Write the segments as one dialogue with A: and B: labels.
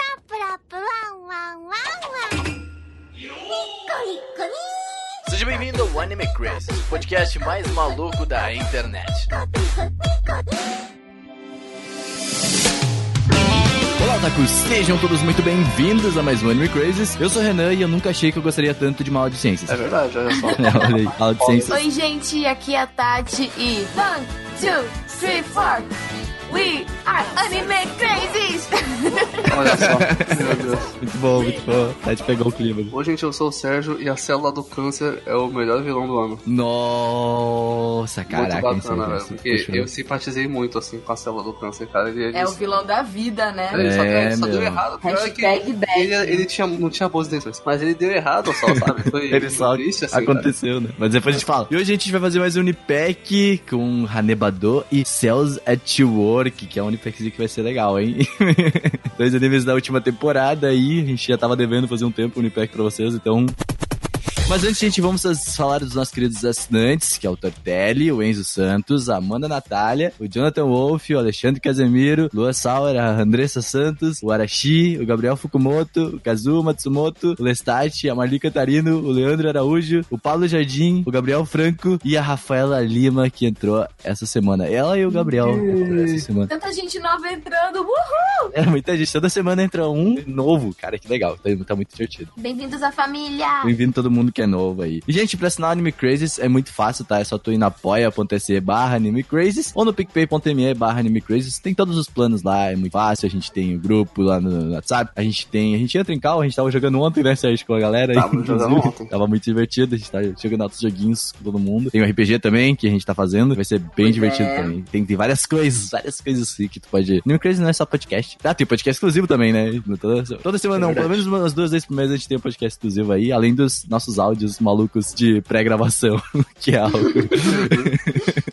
A: ップワンワンワンワン。ニッコニッコニ
B: Seja bem-vindo ao Anime Chris, o podcast mais maluco da internet. Olá, otakus! Sejam todos muito bem-vindos a mais um Anime Crazes. Eu sou o Renan e eu nunca achei que eu gostaria tanto de uma aula de ciências.
C: É verdade, olha só.
B: Olha aí, aula de ciências.
D: Oi, gente, aqui é a Tati e. One, two, three, four. We are anime crazies!
C: Olha só. Meu Deus.
B: Muito bom, muito bom. Tati pegou o clima.
C: Oi, gente, eu sou o Sérgio e a célula do câncer é o melhor vilão do ano.
B: Nossa, caraca,
C: muito bacana, velho.
B: isso
C: Porque
B: puxou.
C: eu simpatizei muito, assim, com a célula do câncer, cara. Ele, ele,
D: É o vilão da vida, né?
C: ele só,
B: É,
C: ele só
B: meu.
C: deu errado. O pior é que
D: Hashtag bad.
C: ele, ele tinha, não tinha boas intenções, mas ele deu errado só, sabe? Foi
B: Ele É, só
C: triste, assim, cara.
B: aconteceu, né? Mas depois a gente fala. E hoje a gente vai fazer mais um Unipack com Hanebado e Cells at Work, que é um Unipackzinho que vai ser legal, hein? Dois animes da última temporada aí, a gente já tava devendo fazer um tempo o Unipack pra vocês, então... Mas antes, gente, vamos as- falar dos nossos queridos assinantes, que é o Tortelli, o Enzo Santos, a Amanda Natália, o Jonathan Wolf, o Alexandre Casemiro, Lua Sauer, a Andressa Santos, o Arashi, o Gabriel Fukumoto, o Kazu Matsumoto, o Lestat, a Marli Cantarino, o Leandro Araújo, o Pablo Jardim, o Gabriel Franco e a Rafaela Lima, que entrou essa semana. Ela e o Gabriel entrou essa semana.
D: Tanta gente nova entrando, uhul!
B: É muita gente. Toda semana entra um novo. Cara, que legal. Tá, tá muito divertido.
D: Bem-vindos à família!
B: Bem-vindo todo mundo que é novo aí. E, gente, pra assinar o Anime Crazes é muito fácil, tá? É só tu ir na apoia.se barra Anime Crazes ou no picpay.me barra Anime Crazes. Tem todos os planos lá, é muito fácil. A gente tem o grupo lá no WhatsApp. A gente tem... A gente entra em cal, a gente tava jogando ontem, né, Sérgio, com a galera.
C: Tava jogando
B: inclusive.
C: ontem.
B: Tava muito divertido. A gente tá jogando outros joguinhos com todo mundo. Tem o RPG também, que a gente tá fazendo. Vai ser bem divertido também. Tem, tem várias coisas, várias coisas assim que tu pode... Anime Crazes não é só podcast. Ah, tem podcast exclusivo também, né? Toda, toda
C: É
B: semana, não. Pelo menos umas duas vezes por mês a gente tem um podcast exclusivo aí. Além dos nossos áudios malucos de pré-gravação, que é algo...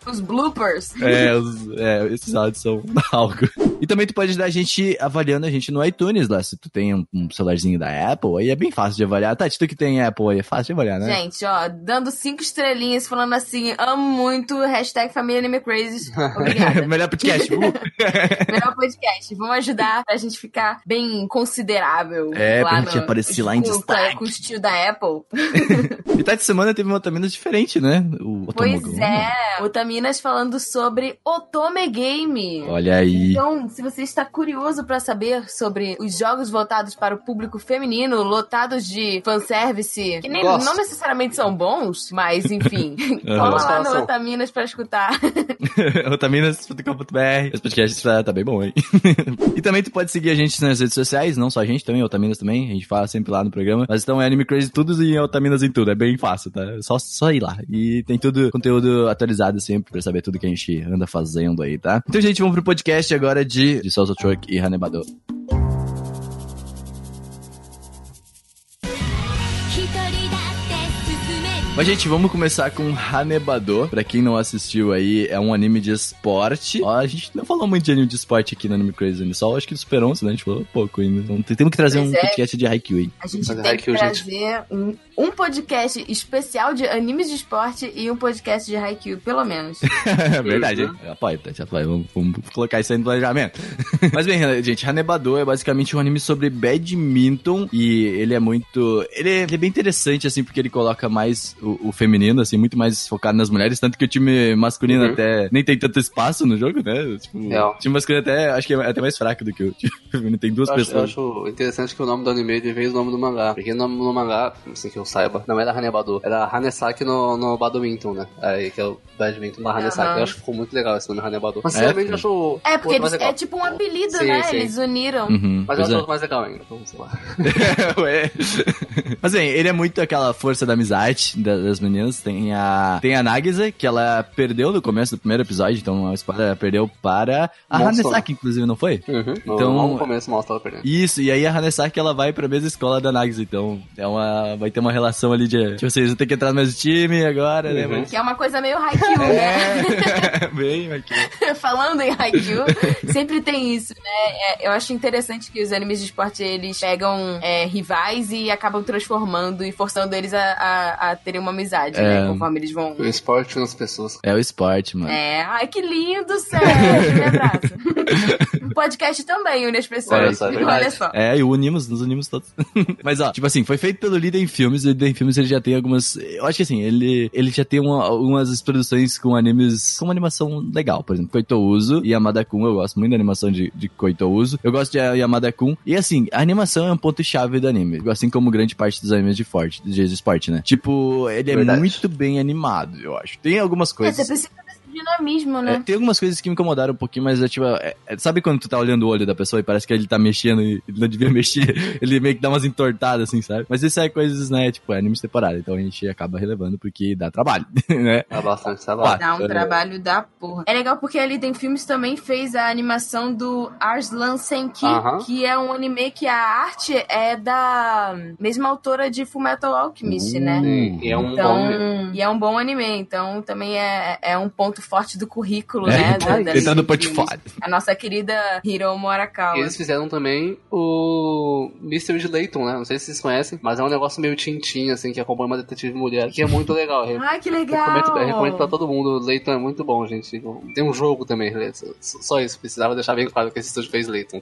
D: Os bloopers.
B: É, os- é, esses áudios são algo. E também tu pode ajudar a gente avaliando a gente no iTunes lá. Se tu tem um, um celularzinho da Apple, aí é bem fácil de avaliar. Tati, tu que tem Apple aí, é fácil de avaliar, né?
D: Gente, ó, dando cinco estrelinhas, falando assim, amo muito, hashtag família anime crazies. Obrigada.
B: Melhor podcast. Uh.
D: Melhor podcast. Vamos ajudar pra gente ficar bem considerável.
B: É, pra
D: lá
B: gente
D: no-
B: aparecer lá em
D: com-
B: destaque.
D: Com o estilo da Apple.
B: e tá de semana teve uma Otaminas diferente, né? O
D: Pois
B: Otomogon.
D: é, Otaminas falando sobre Otome Game.
B: Olha aí.
D: Então, se você está curioso para saber sobre os jogos voltados para o público feminino, lotados de fanservice, que nem,
C: Gosto.
D: não necessariamente são bons, mas enfim,
B: Uhum.
D: cola lá
C: Gosto.
D: no Otaminas para escutar.
B: Otaminas.com.br. Esse podcast tá, tá bem bom, hein? e também tu pode seguir a gente nas redes sociais, não só a gente também, Otaminas também. A gente fala sempre lá no programa. Mas então é Anime Crazy tudo e Otaminas em tudo. É bem fácil, tá? É Só, só ir lá. E tem tudo, conteúdo atualizado sempre pra saber tudo que a gente anda fazendo aí, tá? Então, gente, vamos pro podcast agora de, de Salsa Truck e Hanebado.
A: 一人だって進める
B: Mas, gente, vamos começar com Hanebado. Pra quem não assistiu aí, é um anime de esporte. Ó, a gente não falou muito de anime de esporte aqui no Anime Crazy Anime, só acho que do Super 11, né? A gente falou pouco ainda. Então, tem- temos que trazer
D: Pois
B: um
D: é.
B: podcast de Haikyuu, hein?
D: A gente
C: Olha,
D: tem
C: Haikyuu,
D: que
C: gente.
D: trazer um, um podcast especial de animes de esporte e um podcast de Haikyuu, pelo menos.
B: É verdade, hein? Apoia, Tati, apoia. tá, Vamos, vamos colocar isso aí no planejamento. Mas bem, gente, Hanebado é basicamente um anime sobre badminton e ele é muito... Ele é, ele é bem interessante, assim, porque ele coloca mais o, o feminino, assim, muito mais focado nas mulheres, tanto que o time masculino
C: Uhum.
B: até nem tem tanto espaço no jogo, né? Tipo,
C: É.
B: o time masculino até, acho que é até mais fraco do que o time feminino. Tem duas
C: Eu acho, eu
B: pessoas.
C: acho interessante que o nome do anime ele veio do nome do mangá. Porque o nome do mangá, assim que eu saiba, não era Hanebado, era Hanesaki no, no Badminton, né? Aí que é o Badminton barra Hanesaki.
D: Aham.
C: Eu acho que ficou muito legal esse nome Hanebado. Mas
B: É,
C: sinceramente
B: sim.
C: eu acho.
D: É, porque
C: outro
D: eles,
C: mais
D: é
C: legal. Hum,
D: tipo um apelido,
C: Sim,
D: né?
C: sim.
D: Eles uniram.
B: Uhum,
C: Mas eu
B: pois
C: acho
B: é.
C: outro mais legal ainda, então sei lá.
B: Ué. Mas bem, ele é muito aquela força da amizade da- das meninas. Tem a, tem a Nagisa, que ela perdeu no começo do primeiro episódio, então a espada perdeu para a
C: Monster.
B: Hanesaki, inclusive, não foi?
C: Uhum.
B: Então-
C: Então, logo no começo mostra ela perdendo.
B: Isso, e aí a Hanesaki ela vai pra mesma escola da Nagisa, então é uma, vai ter uma relação ali de, de vocês vão ter que entrar no mesmo time agora, né?
C: Uhum.
B: Mas,
D: Que é uma coisa meio Haikyuu,
C: É.
D: né?
B: bem, aqui.
D: Falando em Haikyuu, sempre tem isso, né? É, eu acho interessante que os animes de esporte, eles pegam é, rivais e acabam transformando e forçando eles a, a- a terem uma amizade,
B: É.
D: né? Conforme eles vão... né?
C: O esporte nas pessoas.
B: É o esporte, mano.
D: É, ai que lindo, Sérgio! Me abraça. O um podcast também une as pessoas.
C: Olha só, é verdade.
D: Olha só.
B: É, e unimos, nos unimos todos. Mas ó, tipo assim, foi feito pelo Líder em Filmes, e o Líder em Filmes ele já tem algumas. Eu acho que assim, ele, ele já tem uma, algumas produções com animes com uma animação legal, por exemplo, Koitouzo e Yamada Kun. Eu gosto muito da animação de, de Koitouzo. Eu gosto de Yamada Kun. E assim, a animação é um ponto-chave do anime, assim como grande parte dos animes de forte, de esporte, né? Tipo, ele é
C: Verdade.
B: muito bem animado, eu acho. Tem algumas
D: É,
B: coisas.
D: você precisa desse dinamismo,
B: É,
D: né?
B: tem algumas coisas que me incomodaram um pouquinho, mas é tipo. é- é- sabe quando tu tá olhando o olho da pessoa e parece que ele tá mexendo e ele não devia mexer? Ele meio que dá umas entortadas, assim, sabe? Mas isso é coisas, né? Tipo, é animes temporários, então a gente acaba relevando porque dá trabalho, né?
C: Dá é bastante trabalho.
D: Dá um
B: É.
D: trabalho da porra. É legal porque ali tem filmes também fez a animação do Arslan Senki,
C: Aham.
D: que é um anime que a arte é da mesma autora de Fullmetal Alchemist, né?
B: Hum.
C: E é um bom.
D: Então, e é um bom anime, então também é, é um ponto forte do currículo, né?
B: É,
D: da- das
B: entrar no
D: filmes.
B: portfólio.
D: A nossa querida Hiromo Arakawa.
C: Eles fizeram também o Mystery de Leighton, né? Não sei se vocês conhecem, mas é um negócio meio tintim, assim, que acompanha uma detetive mulher, que é muito legal. Eu
D: Ai, que
C: recomendo, eu recomendo pra
D: legal!
C: todo mundo. Leighton é muito bom, gente. Tem um jogo também, né? Só- só isso. Precisava deixar bem claro que esse estúdio fez Leighton.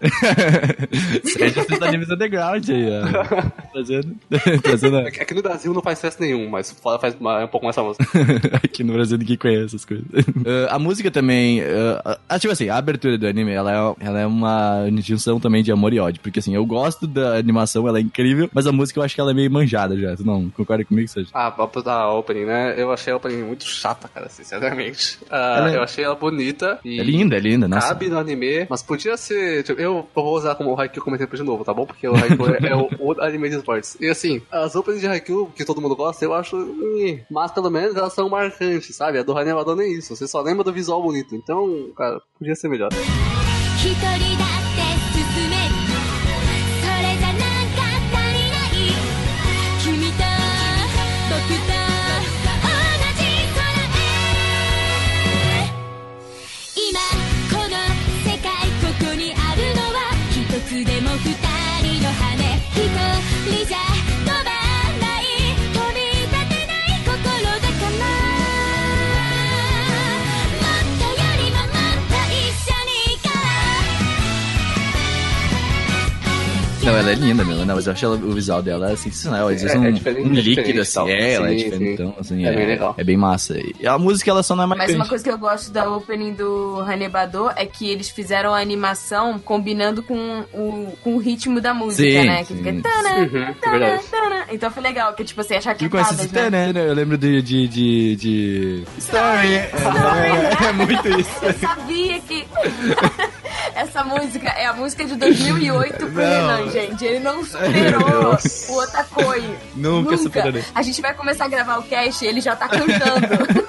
B: Sede esses é animes underground aí, ó. Trazendo. trazendo a-
C: É Aqui no Brasil não faz sucesso nenhum, mas fora faz uma- é um pouco mais famoso.
B: Aqui no Brasil ninguém conhece essas coisas. Eh, a música também. eh, ah, tipo assim, a abertura do anime, ela é, ela é uma junção também de amor e ódio. Porque assim, eu gosto da animação, ela é incrível, mas a música eu acho que ela é meio manjada já. Tu não concorda comigo, Sérgio?
C: Ah, papo da opening, né? Eu achei a opening muito chata, cara, sinceramente. Ah,
B: Ela é-
C: Eu achei ela bonita e...
B: É linda, é linda, nossa.
C: Cabe no anime, mas podia ser. tipo, eu vou usar como o Haikyuu como exemplo de novo, tá bom? Porque o Haikyuu é, é o, o anime de esportes. E assim, as openings de Haikyuu, que todo mundo gosta, eu acho. eh, Mas pelo menos elas são marcantes, sabe? A do Hanevadon é isso. Você só lembra do visual bonito. Então, cara, podia ser melhor.
A: 一人だって進めるそれじゃなんか足りない君と僕と同じ空へ今この世界ここにあるのは一つでも二人の羽一人じゃ飛ばない飛び立てない心だからもっとよりももっと一緒に行こう
B: Não, ela é linda mesmo, não, mas eu acho ela- o visual dela é sensacional. Eles
C: É-
B: usam
C: é
B: um-
C: diferente,
B: um
C: é
B: líquido
C: diferente,
B: assim,
C: tal.
B: é, ela é
C: Sim,
B: diferente,
C: sim.
B: então, assim,
C: É bem legal.
B: é bem massa. E a música, ela só não é
D: Mas
B: marcante.
D: uma coisa que eu gosto da opening do Hanebador é que eles fizeram a animação combinando com o, com o ritmo da música,
B: Sim,
D: né? Que
B: sim.
D: fica tana,
C: é
D: tana, tana. Então foi legal, que tipo assim, as
B: Tu conhece
D: raquetadas,
B: esse
D: né?
B: né? Eu lembro de. de, de, de... Story! É, é muito isso.
D: Eu sabia que essa música é a música de 2008 pro
B: Não.
D: Renan, gente. Ele não superou o Otakoi.
B: Nunca superarei.
D: A gente vai começar a gravar o cast e ele já tá cantando.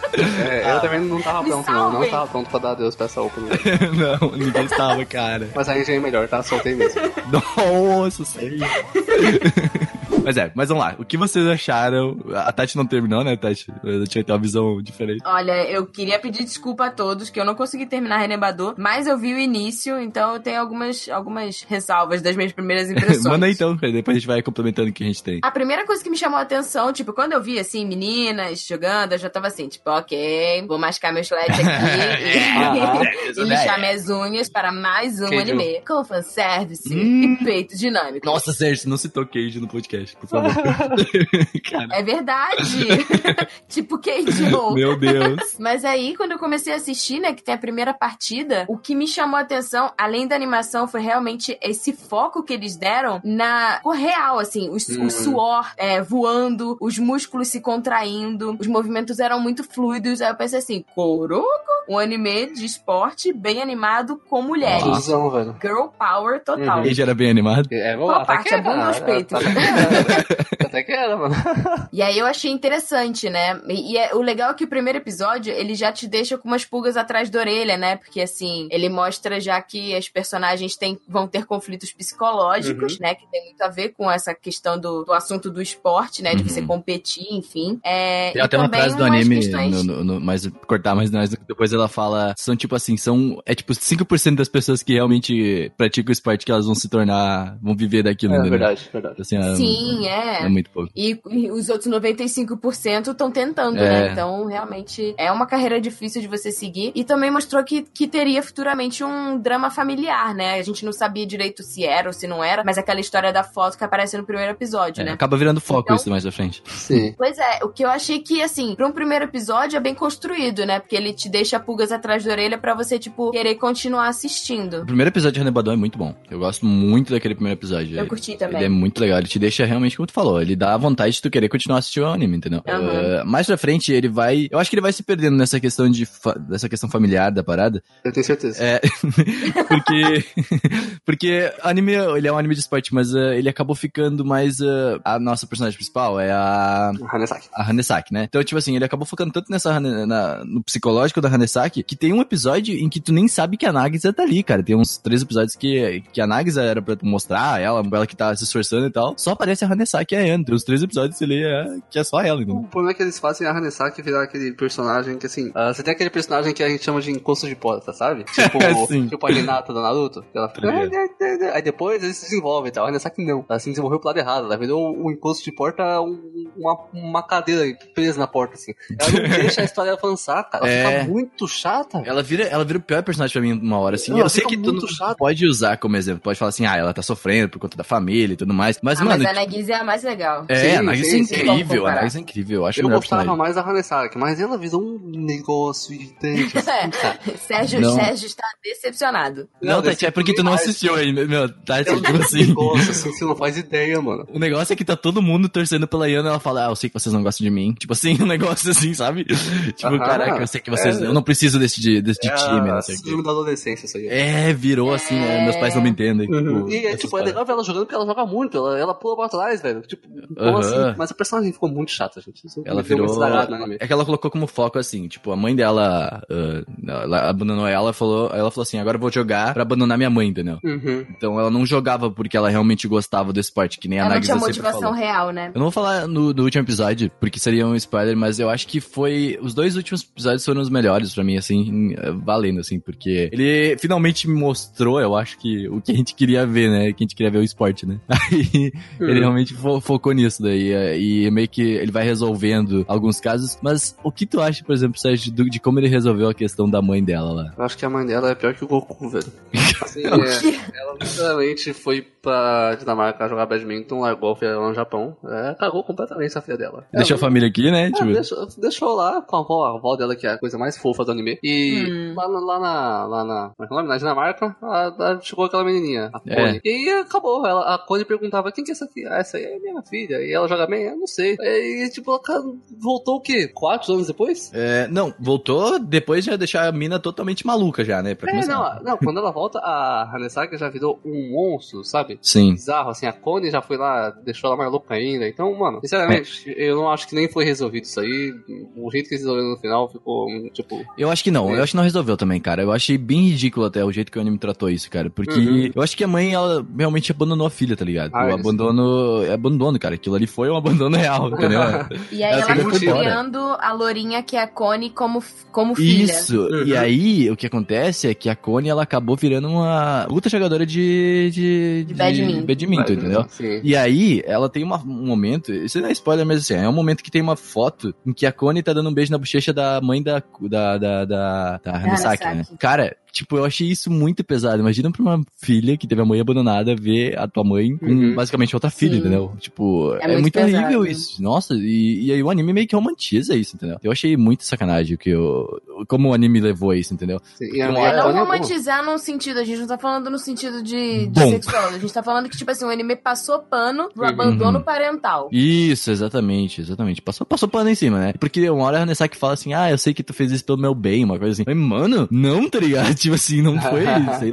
C: É, eu também não tava
D: Me
C: pronto, não. Não
D: salvem.
C: tava pronto pra dar adeus pra essa opening.
B: Não, ninguém estava, cara.
C: Mas aí já é melhor, tá? Soltei mesmo.
B: Nossa, sei. Mas é, mas vamos lá. O que vocês acharam? A Tati não terminou, né, Tati? Eu tinha que ter uma visão diferente.
D: Olha, eu queria pedir desculpa a todos que eu não consegui terminar Renebador, mas eu vi o início, então eu tenho algumas, algumas ressalvas das minhas primeiras impressões.
B: Manda aí então, cara. Depois a gente vai complementando o que a gente tem.
D: A primeira coisa que me chamou a atenção, tipo, quando eu vi, assim, meninas jogando, eu já tava assim, tipo, ok, vou mascar meu chulete é,
B: Aham,
D: aqui e,
B: É. isso
D: e
B: daí.
D: lixar minhas unhas para mais um
C: Queijo.
D: anime com fanservice
B: Hum.
D: e peito dinâmico.
B: Nossa, Sérgio, você não citou Cage no podcast, por favor. cara,
D: É verdade! tipo, Keijo.
B: meu Deus.
D: Mas aí, quando eu comecei a assistir, né, que tem a primeira partida, o que me chamou a atenção, além da animação, foi realmente esse foco que eles deram na cor real, assim, os-
C: Hum.
D: o suor é, voando, os músculos se contraindo, os movimentos eram muito fluidos. Aí eu pensei assim, Kuroko, um anime de esporte bem animado com mulheres.
C: Fusão, velho.
D: Girl power total.
B: Cage era bem animado.
C: É, vamos
D: Qual
C: lá, até
D: parte?
C: que
D: A bunda ou os
C: era,
D: peitos?
C: Até que era, até que era, mano.
D: E aí eu achei interessante, né? E, e é- o legal é que o primeiro episódio, ele já te deixa com umas pulgas atrás da orelha, né? Porque assim, ele mostra já que as personagens têm, vão ter conflitos psicológicos,
B: Uhum.
D: né? Que tem muito a ver com essa questão do, do assunto do esporte, né? De
B: Uhum.
D: você competir, enfim. É,
B: Tem
D: e
B: até uma
D: também
B: frase do
D: umas
B: anime,
D: questões-
B: no, no- no- mas cortar mais nós depois ela fala, são tipo assim, são, é tipo 5% das pessoas que realmente praticam o esporte que elas vão se tornar, vão viver daquilo,
C: É
B: entendeu?
C: verdade, verdade.
B: Assim, é-
D: Sim,
B: é
D: é.
B: muito pouco.
D: E, e os outros 95% estão tentando,
B: É.
D: né? Então, realmente, é uma carreira difícil de você seguir. E também mostrou que, que teria futuramente um drama familiar, né? A gente não sabia direito se era ou se não era, mas aquela história da foto que aparece no primeiro episódio,
B: É,
D: né?
B: Acaba virando foco
D: Então-
B: isso mais à frente.
C: Sim.
D: Pois é, o que eu achei que, assim, pra um primeiro episódio é bem construído, né? Porque ele te deixa pulgas atrás da orelha pra você, tipo, querer continuar assistindo.
B: O primeiro episódio de Hanebadão é muito bom. Eu gosto muito daquele primeiro episódio.
D: Eu curti
B: Ele é
D: também.
B: muito legal, ele te deixa realmente, como tu falou, ele dá vontade de tu querer continuar assistindo o anime, entendeu?
D: Aham.
B: Eh, mais pra frente, ele vai. Eu acho que ele vai se perdendo nessa questão de fa- dessa questão familiar da parada.
C: Eu tenho certeza.
B: É. porque. porque anime, ele é um anime de esporte, mas eh, ele acabou ficando mais. eh, a nossa personagem principal é a.
C: Hanesaki.
B: A Hanesaki, né? Então, tipo assim, ele acabou focando tanto nessa Hane- na- no psicológico da Hanesaki que tem um episódio em que tu nem sabe que a Nagisa tá ali, cara. Tem uns três episódios que, que a Nagisa era pra tu mostrar, ela, ela que tá se esforçando e tal. Só aparece a Hanesaki e a Anne. Tem uns três episódios ali é, que é só ela,
C: O
B: entendeu?
C: problema é que eles fazem a Hanesaki virar aquele personagem que, assim, ah, você tem aquele personagem que a gente chama de encosto de porta, sabe? Tipo,
B: É, Sim.
C: tipo a Renata da Naruto, que ela fica... "Ah, né,
B: Tá
C: Aí depois eles se desenvolvem e tal. A Hanesaki não. Ela se desenvolveu pro lado errado. Ela virou um encosto de porta, um- uma, uma cadeira presa na porta, assim. Ela não deixa a história avançar, cara. Ela
B: É.
C: fica muito chata.
B: Ela vira, ela vira o pior personagem pra mim uma hora, assim.
C: Não,
B: eu
C: ela
B: sei
C: fica
B: que tu
C: muito
B: não
C: chata.
B: pode usar como exemplo. Pode falar assim, ah, ela tá sofrendo por conta da família e tudo mais. Mas,
D: Ah,
B: mano.
D: mas a Nagisa é a mais legal.
B: É,
C: Sim,
B: a Nagisa é
C: sim, sim.
B: incrível, a
D: Comparar.
B: Nagisa é incrível. Eu acho
C: Eu
B: o melhor
C: gostava
B: personagem.
C: mais da Hanesaki, mas ela virou um negócio irritante,
D: É.
C: assim, cara.
D: Sérgio,
B: Não.
D: Sérgio está decepcionado.
B: Não,
C: Não,
B: Tati, é porque tu não assistiu ainda, meu. Tati,
C: Eu
B: tipo
C: não
B: assim.
C: gosto, É assim, você não faz ideia, mano.
B: O negócio é que tá todo mundo torcendo pela Yana, ela fala, ah, eu sei que vocês não gostam de mim. Tipo assim, um negócio assim, sabe? Tipo,
C: Aham.
B: caraca, eu sei que vocês.
C: É.
B: Eu não preciso desse, de, desse de
C: É
B: time, não
C: a
B: sei o quê.
C: Síndrome da adolescência, isso aí.
B: É, virou assim, né? Meus pais não
D: É.
B: me entendem.
C: Uhum.
B: tipo,
C: E é,
B: essas
C: tipo, é
B: paradas.
C: legal ver ela jogando porque ela joga muito, ela, ela pula pra trás, velho. Tipo, então,
B: Aham.
C: assim, mas a personagem ficou muito chata, gente. Isso
B: Ela
C: me deu
B: virou.
C: uma estragada né, no anime.
B: É que ela colocou como foco assim, tipo, a mãe dela ah, ela abandonou ela, falou, ela falou assim, agora eu vou jogar pra abandonar minha mãe, entendeu?
C: Uhum.
B: Então ela não jogava porque ela realmente gostava do esporte, que nem a
D: Ela não
B: Nagisa
D: tinha
B: sempre falou.
D: motivação real, né?
B: Eu não vou falar no, do último episódio, porque seria um spoiler, mas eu acho que foi. Os dois últimos episódios foram os melhores pra mim, assim, eh, valendo, assim, porque ele finalmente me mostrou, eu acho que o que a gente queria ver, né? O que a gente queria ver o esporte, né? Aí ele realmente fo- focou nisso daí. eh, E meio que ele vai resolvendo alguns casos. Mas o que tu acha, por exemplo, Sérgio, do- de como ele resolveu a questão da mãe dela lá?
C: Eu acho que a mãe dela é pior que o Goku, velho. Assim, é, ela literalmente foi pra Dinamarca jogar badminton, largou a filha dela no Japão. É, cagou completamente a filha dela.
B: Deixou a família aqui, né?
C: Ah,
B: Tipo,
C: deixou, deixou lá com a avó, a avó dela, que é a coisa mais fofa do anime. E
D: Hum.
C: lá, na- lá na. Lá na. Como é que é o nome? Na Dinamarca, a- a- chegou aquela menininha, a
B: É.
C: Connie. E acabou. Ela, a Connie perguntava: quem que é essa filha? Ah, essa aí é minha filha. E ela joga bem? Eu não sei. E tipo, ela ca- voltou o quê? Quatro anos depois?
B: eh, não, voltou depois já deixar a mina totalmente maluca já, né? Pra
C: É,
B: começar.
C: não, a- não, quando ela volta, a Hanesaka já virou um monstro, sabe?
B: Sim.
C: Bizarro, assim, a Connie já foi lá, deixou ela mais louca ainda. Então, mano, sinceramente,
B: É.
C: eu não acho que nem foi resolvido isso aí. O jeito que eles resolveram no final ficou, tipo,
B: Eu acho que não,
C: É.
B: eu acho que não resolveu também, cara. Eu achei bem ridículo até o jeito que o anime tratou isso, cara. Porque
C: Uhum.
B: eu acho que a mãe, ela realmente abandonou a filha, tá ligado?
C: Ah,
B: o
C: isso.
B: abandono. É abandono, cara. Aquilo ali foi um abandono real, entendeu?
D: E aí
B: Ela
D: ela
B: fica
D: foi
B: embora.
D: criando a Lourinha, que é a Connie, como, como filha.
B: isso.
C: Uhum.
B: E aí, o que acontece é que a Connie, ela acabou virando uma luta jogadora de. de.
D: De badminton.
B: badminton, entendeu?
C: Sim.
B: E aí, ela tem uma- um momento, isso não é spoiler, mas assim, é um momento que tem uma foto em que a Connie tá dando um beijo na bochecha da mãe da da da da, da Hanesaki, né?
D: Hanesaki.
B: Cara, tipo, eu achei isso muito pesado. Imagina pra uma filha que teve a mãe abandonada ver a tua mãe com
C: Uhum.
B: basicamente outra filha,
D: Sim.
B: entendeu? Tipo, é,
D: É muito
B: muito
D: pesado.
B: horrível isso. Nossa, e, e aí o anime meio que romantiza isso, entendeu? Eu achei muito sacanagem o que eu, como o anime levou isso, entendeu?
C: Sim, e a
B: Não
C: minha
D: É não
C: Connie é boa.
D: romantizar num sentido, a gente não tá falando no sentido de, de
B: Bom.
D: sexual, a gente tá falando que, tipo assim, o anime passou pano pro
C: Uhum.
D: abandono parental.
B: Isso, exatamente, exatamente. Passou, passou pano em cima, né? Porque uma hora a Hanesaki fala assim, ah, eu sei que tu fez isso pelo meu bem, uma coisa assim. Mas, mano, não, tá ligado? tipo assim, não foi, sei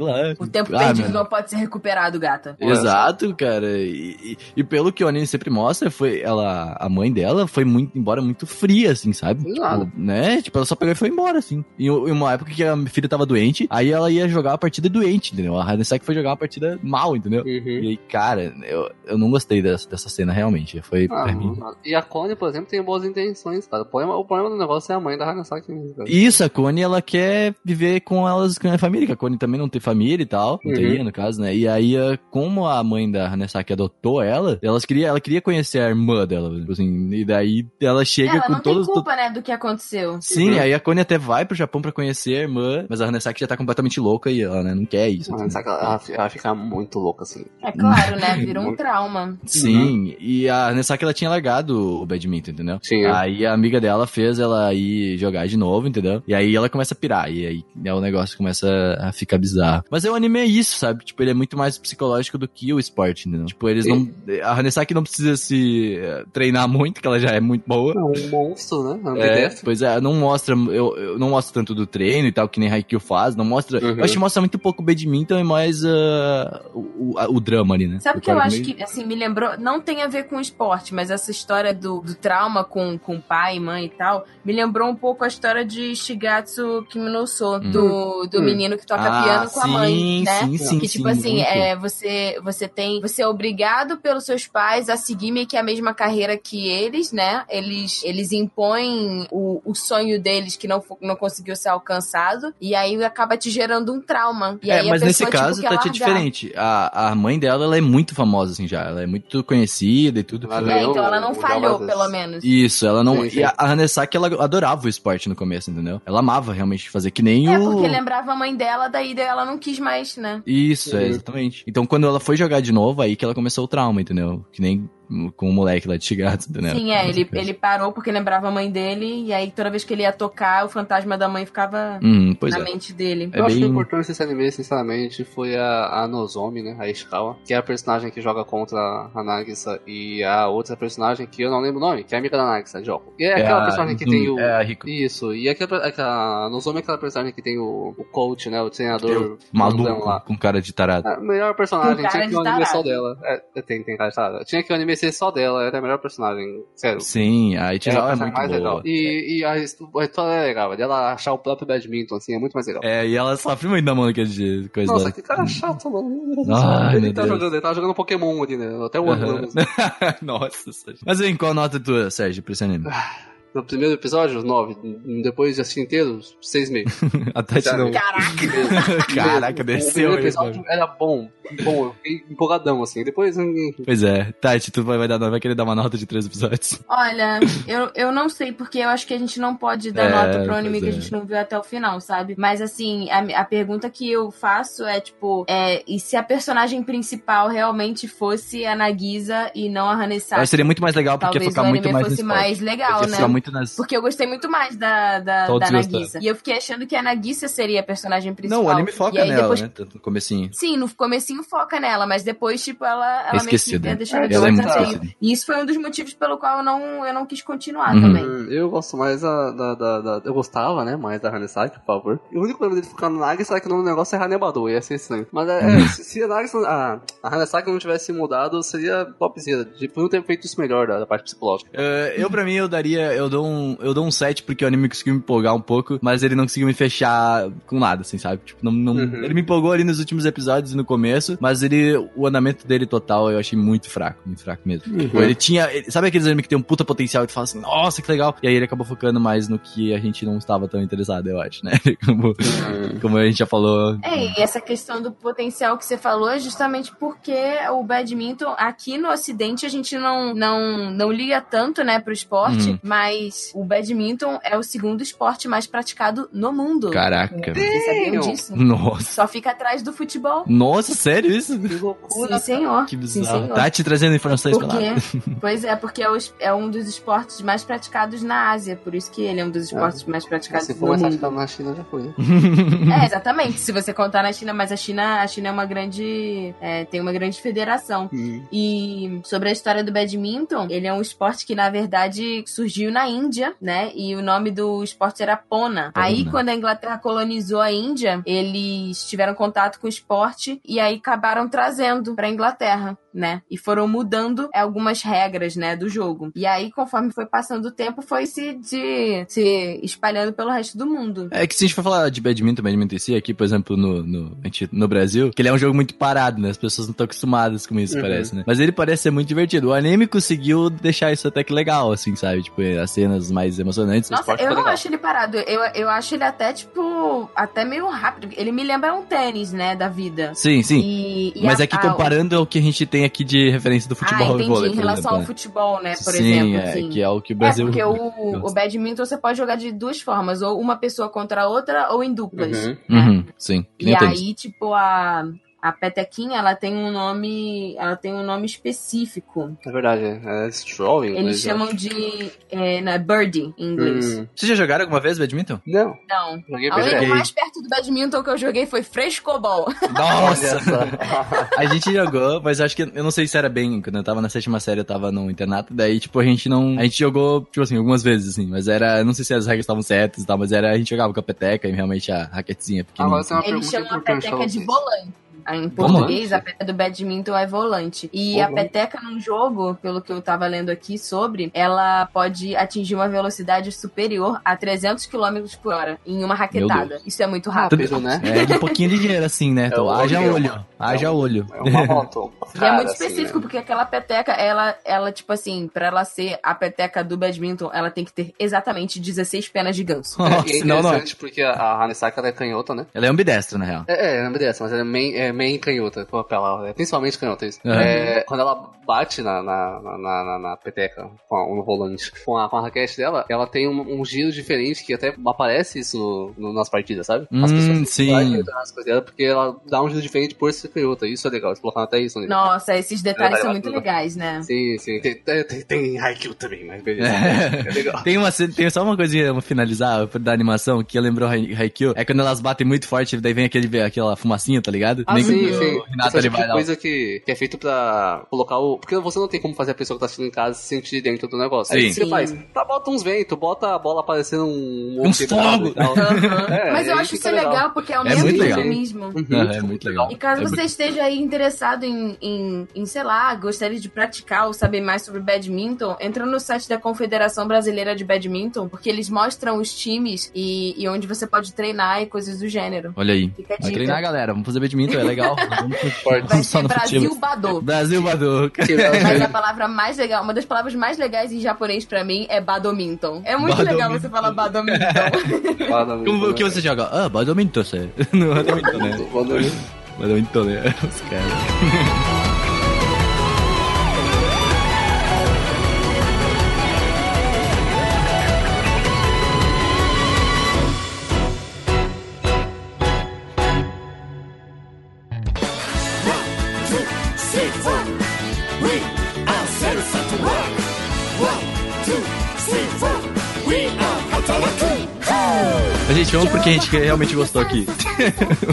B: lá.
D: O tempo
B: Ah,
D: perdido
B: mano.
D: não pode ser recuperado, gata.
B: Exato, cara. E, e- e pelo que o anime sempre mostra, foi ela, a mãe dela foi muito, embora muito fria, assim, sabe?
C: Claro.
B: Tipo, né? Tipo, ela só pegou e foi embora, assim. Em, em uma época que a minha filha tava doente, aí ela ia jogar a partida doente, entendeu? A Hanesek foi jogar uma partida mal, entendeu?
C: Uhum.
B: E aí, cara, eu, eu não gostei dessa, dessa cena, realmente. Foi
C: Ah,
B: pra mim.
C: mano. e a Connie, por exemplo, tem boas intenções, cara. O problema, o problema do negócio é a mãe da Hanasaki mesmo, cara.
B: Isso, a Connie, ela quer viver com elas, com a família, que a Connie também não tem família e tal, não
C: Uhum.
B: teria, no caso, né? E aí, eh, como a mãe da Hanesaki adotou ela, elas queria, ela queria conhecer a irmã dela, tipo assim, e daí ela chega
D: Ela
B: com
D: não
B: todos...
D: tem culpa, né, do que aconteceu.
B: Sim,
C: Uhum.
B: aí a Connie até vai pro Japão pra conhecer a irmã, mas a Hanesaki já tá completamente louca e ela, né, não quer isso.
C: A Hanasaki, Ah, ela, ela fica- ela fica muito louca, assim.
D: É claro, né? Virou um trauma.
B: Sim,
C: uhum.
B: e a Hanesaki, ela tinha largado o badminton, entendeu?
C: Tinha.
B: Aí a amiga dela fez ela ir jogar de novo, entendeu? E aí ela começa a pirar, e aí né, o negócio começa a ficar bizarro. Mas o anime é isso, sabe? Tipo, ele é muito mais psicológico do que o esporte, entendeu? Tipo, eles não. A Hanesaki não precisa se eh, treinar muito, que ela já é muito boa.
C: É um monstro, né?
B: É,
C: Ambidestro.
B: pois é, não mostra, eu, eu não mostro tanto do treino e tal, que nem Haikyuu faz, não mostra,
C: Uhum.
B: eu acho que mostra muito pouco o badminton e mais ah, o, o- a- o drama ali, né?
D: Sabe o que eu
B: cara
D: acho
B: meio-
D: que, assim, me lembrou? Não tem a ver com esporte, mas essa história do, do trauma com, com pai, mãe e tal, me lembrou um pouco a história de Shigatsu Kiminoso,
B: Hum.
D: do, do
C: Hum.
D: menino que toca
B: Ah,
D: piano com a mãe,
B: sim,
D: né?
B: Sim, sim,
D: que tipo
B: sim,
D: assim,
B: muito.
D: é, você, você tem. Você é obrigado pelos seus pais a seguir meio que a mesma carreira que eles, né? Eles, eles impõem o, o sonho deles que não, fo- não conseguiu ser alcançado. E aí acaba te gerando um trauma. E
B: é,
D: aí
B: mas
D: a pessoa,
B: nesse
D: tipo,
B: caso,
D: quer
B: Tati, é
D: largar.
B: diferente. A, a mãe dela, ela é muito famosa, assim, já. Ela é muito conhecida e tudo.
C: Ela
D: É, então ela
C: Eu-
D: não
C: eu
D: falhou,
C: gosto
D: pelo
C: desse.
D: menos.
B: Isso, ela não...
C: Sim, sim.
B: E a, a Hanesaki, ela adorava o esporte no começo, entendeu? Ela amava realmente fazer, que nem
D: É,
B: o...
D: porque lembrava a mãe dela, daí ela não quis mais, né?
B: Isso, é,
C: Uhum.
B: exatamente. Então, quando ela foi jogar de novo, aí que ela começou o trauma, entendeu? Que nem com o moleque lá de Shigatsu, entendeu?
D: Sim, é, ele, ele parou porque lembrava a mãe dele, e aí toda vez que ele ia tocar, o fantasma da mãe ficava
B: Hum, pois
D: na
B: é.
D: mente dele.
B: É
C: eu acho que o
B: bem-
C: importante desse anime, sinceramente, foi a, a Nozomi, né? A Ishikawa, que é a personagem que joga contra a Nagisa e a outra personagem que eu não lembro o nome, que é amiga da Nagisa, Joko. E é, aquela
B: a-
C: personagem que tem o.
B: É a Rico.
C: Isso, e aquela, aquela, a Nozomi é aquela personagem que tem o, o coach, né? O treinador
B: Maluco,
C: grandão lá.
B: com cara de tarado.
C: A melhor personagem,
D: Com cara
C: tinha que
D: de
C: o anime só
D: tarado.
C: dela. É, tem, tem cara de tarado. Tinha que o anime ser só dela, era a melhor personagem, sério.
B: Sim, a Itizal é,
C: a personagem
B: muito boa.
C: mais legal. E, e a, a história é legal, dela achar o próprio badminton, assim, é muito mais legal.
B: É, e ela sofre muito na mão naquele coisa
C: Nossa,
B: lá.
C: que cara chato, mano.
B: Ai,
C: ele
B: meu
C: tá
B: Deus.
C: jogando, ele tá jogando Pokémon ali, né? Até o ano.
B: Aham. Nossa, Sérgio. Mas vem, qual nota tua, Sérgio, pra esse anime?
C: No primeiro episódio, nove. Depois de assistir inteiro, seis meses.
B: A Tati não.
D: Caraca!
B: Caraca,
C: O
B: desceu
C: primeiro
B: aí.
C: episódio era bom. Bom, eu fiquei empolgadão, assim. Depois. hum,
B: Pois é, Tati, tu vai, vai dar, vai querer dar uma nota de três episódios.
D: Olha, eu, eu não sei, porque eu acho que a gente não pode dar
B: É,
D: nota pro anime
B: pois
D: que a
B: é.
D: gente não viu até o final, sabe? Mas assim, a, a pergunta que eu faço é, tipo, é, e se a personagem principal realmente fosse a Nagisa e não a
B: Eu acho que
D: Hanesaki?
B: seria muito mais legal porque ia
D: Tá, Talvez o
B: focar muito
D: anime
B: mais
D: fosse
B: nesse
D: mais legal,
B: Ia
D: né?
B: focar muito nas...
D: Porque eu gostei muito mais da, da,
B: Todos
D: da
B: gostaram.
D: Nagisa. E eu fiquei achando que a Nagisa seria a personagem principal.
B: Não, o anime
D: e
B: foca
D: aí
B: nela,
D: depois...
B: né? Tanto no comecinho.
D: Sim, no comecinho foca nela, mas depois, tipo, ela, ela
B: Esquecida.
D: meio que é deixada de
B: Ela é muito
D: escanteio.
B: esquecida.
D: E isso foi um dos motivos pelo qual eu não, eu não quis continuar
B: Uhum.
D: também.
C: hum, Eu gosto mais da, da, da- da- Eu gostava, né? Mais da Hanesaki, por favor. E o único problema dele ficar no Nagisaki, que o nome do negócio é Hanebado, ia ser estranho. Mas é, é, se, se a, Nagisaki, a, a Hanesaki não tivesse mudado, seria popzera. Tipo, não ter feito isso melhor da, da parte psicológica.
B: Eh, eu, pra mim, eu daria. Eu dou, um, eu dou um 7 porque o anime conseguiu me empolgar um pouco, mas ele não conseguiu me fechar com nada, assim, sabe? Tipo, não, não-
C: Uhum.
B: Ele me empolgou ali nos últimos episódios e no começo, mas ele. O andamento dele total eu achei muito fraco, muito fraco mesmo.
C: Uhum.
B: Tipo, ele tinha. ele- sabe aqueles anime que tem um puta potencial e tu fala assim, nossa, que legal. E aí ele acabou focando mais no que a gente não estava tão interessado, eu acho, né? Como, como a gente já falou.
D: É, e essa questão do potencial que você falou é justamente porque o badminton aqui no Ocidente a gente não, não, não liga tanto, né, pro esporte,
B: Uhum.
D: mas o badminton é o segundo esporte mais praticado no mundo.
B: Caraca.
D: Vocês sabiam
C: Damn!
D: disso?
B: Nossa.
D: Só fica atrás do futebol.
B: Nossa, sério isso?
C: Que loucura.
D: Sim, senhor.
B: Que
D: Sim,
B: bizarro. Tá
D: senhor.
B: Tati trazendo informações pra nada.
D: Porque, pois é, porque é, o es- é um dos esportes mais praticados na Ásia, por isso que ele é um dos esportes mais praticados
C: Se
D: no
C: for mais
D: mundo.
C: praticado na China, já foi. né?
D: É, exatamente, se você contar na China, mas a China, a China é uma grande. é, tem uma grande
C: Uhum.
D: federação. E sobre a história do badminton, ele é um esporte que, na verdade, surgiu na na Índia, né? E o nome do esporte era Pona. Aí,
B: Pona.
D: quando a Inglaterra colonizou a Índia, eles tiveram contato com o esporte e aí acabaram trazendo pra Inglaterra, né? E foram mudando algumas regras, né, do jogo. E aí, conforme foi passando o tempo, foi se, de- se espalhando pelo resto do mundo.
B: É que se a gente for falar de badminton, badminton em si, aqui, por exemplo, no, no, a gente- no Brasil, que ele é um jogo muito parado, né? As pessoas não estão acostumadas com isso,
C: Uhum.
B: parece, né? Mas ele parece ser muito divertido. O anime conseguiu deixar isso até que legal, assim, sabe? Tipo, as cenas mais emocionantes.
D: Nossa,
C: esporte
D: eu
C: tá
D: não
C: legal.
D: acho ele parado. Eu, eu acho ele até, tipo, até meio rápido. Ele me lembra um tênis, né, da vida.
B: Sim, sim.
D: E, e
B: Mas
D: a-
B: aqui
D: a-
B: comparando ao que a gente tem aqui de referência do futebol
D: ah,
B: e
D: entendi.
B: vôlei,
D: em
B: por
D: relação
B: exemplo,
D: ao
B: né?
D: futebol, né? Por
B: sim,
D: exemplo.
B: é,
D: sim.
B: que é o que o Brasil...
D: É, porque o, o badminton você pode jogar de duas formas, ou uma pessoa contra a outra, ou em duplas.
C: Uhum.
B: Uhum, sim, que nem
D: E
B: o tênis.
D: aí, tipo, a, a petequinha, ela tem um nome. Ela tem um nome específico.
C: É verdade, é hum. Stroll em
D: Eles
C: inglês, eu
D: chamam
C: acho.
D: de. É, não, é birdie em inglês.
C: Hum,
B: Vocês já jogaram alguma vez badminton?
C: Não,
D: Não.
C: joguei
D: A única
B: É,
C: bem.
D: mais perto do badminton que eu joguei foi frescobol.
B: Nossa!
C: Nossa!
B: A gente jogou, mas eu acho que eu não sei se era bem. Quando eu tava na sétima série, eu tava no internato. Daí, tipo, a gente não. A gente jogou, tipo assim, algumas vezes, assim. Mas era. eu Não sei se as regras estavam certas e tal, mas era. A gente jogava com a peteca e realmente a raquetezinha pequenininha.
C: Agora tem uma
D: Eles
C: pergunta
D: chamam a
C: importante pra
D: peteca de
C: vocês.
D: volante. É, Em português,
C: Volante?
D: a peteca do badminton é volante. E
C: Volante.
D: a peteca num jogo, pelo que eu tava lendo aqui sobre, ela pode atingir uma velocidade superior a 300 km por hora em uma raquetada. Isso é muito rápido.
C: Rápido, né?
B: assim. É de um pouquinho ligeira, assim, né? Então,
C: o
B: haja
C: É um olho,
B: olho.
C: mano.
B: Haja
C: É o-
B: olho.
C: É uma moto. assim,
D: E é muito
C: né?
D: específico, porque aquela peteca, ela, ela, tipo assim, pra ela ser a peteca do badminton, ela tem que ter exatamente 16 penas de ganso.
C: Nossa, é
B: Nossa, não, não.
C: interessante porque a, a Hanesaka ela é canhota, né?
B: Ela é ambidestra, na real.
C: É, é, lembra dessa, mas ela é meio é main canhota, pô, pra ela, é principalmente canhota isso.
B: Aham.
C: É, quando ela bate na, na, na, na- na- na peteca, com a, no volante, com a, com a raquete dela, ela tem um, um giro diferente que até aparece isso no- nas partidas, sabe? As
B: Hum,
C: pessoas
B: sim.
C: vai canhotar nas coisas dela porque ela dá um giro diferente por ser canhota, isso é legal, eles colocaram até isso nele.
D: Nossa, esses detalhes
C: É,
D: são
C: vai
D: muito
C: lá, vai lá.
D: legais, né?
C: Sim, sim, tem, tem, tem, tem Haikyuu também, mas beleza. É legal.
B: É. Tem, uma, cena- tem só uma coisinha pra finalizar da animação que lembrou Hai- Haikyuu. É quando elas batem muito forte, daí vem aquele, aquela fumacinha, tá ligado?
D: Ah,
B: Nem
C: Sim,
B: que o
C: sim.
B: Renato
C: Essa
B: ele
C: tipo
B: vai
C: de
B: lá.
C: coisa que, que é feito pra colocar o. Porque você não tem como fazer a pessoa que tá assistindo em casa se sentir dentro do negócio. Aí
B: Sim.
C: o que você
D: Sim.
C: faz? Tá, bota uns ventos, bota a bola aparecendo um.
B: Uns fogo.
C: É,
D: Mas eu
C: aí
D: acho isso
C: fica
D: legal,
C: legal. Uhum.
D: porque é o
B: É
D: mesmo
B: muito legal.
D: dinamismo.
B: Aham, é muito legal.
D: E caso
B: É
D: você
B: muito-
D: esteja aí interessado em, em, em, sei lá, gostaria de praticar ou saber mais sobre badminton, entra no site da Confederação Brasileira de Badminton, porque eles mostram os times e, e onde você pode treinar e coisas do gênero.
B: Olha aí.
D: Fica a
B: Vai
D: dica.
B: treinar, galera. Vamos fazer badminton, é legal. Vamos
C: Forte.
D: Vai
B: só
D: ser
B: no
D: Brasil
B: futebol.
D: Badô.
B: Brasil Baduca.
D: Mas a palavra mais legal, uma das palavras mais legais em japonês pra mim é badminton. É muito legal
B: Badminton.
D: você falar badminton.
B: Como o que você joga? Ah, badminton, você. Não, badminton, né? Badminton, né? Os caras. Mas, gente, vamos porque a gente realmente gostou aqui.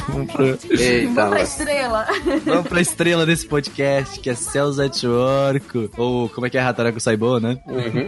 B: vamos, pra,
C: Eita,
D: Vamos pra
C: mas.
D: estrela.
B: vamos pra estrela desse podcast, que é Celso Tsuorko. Ou como é que é Hataraku Saibou, né?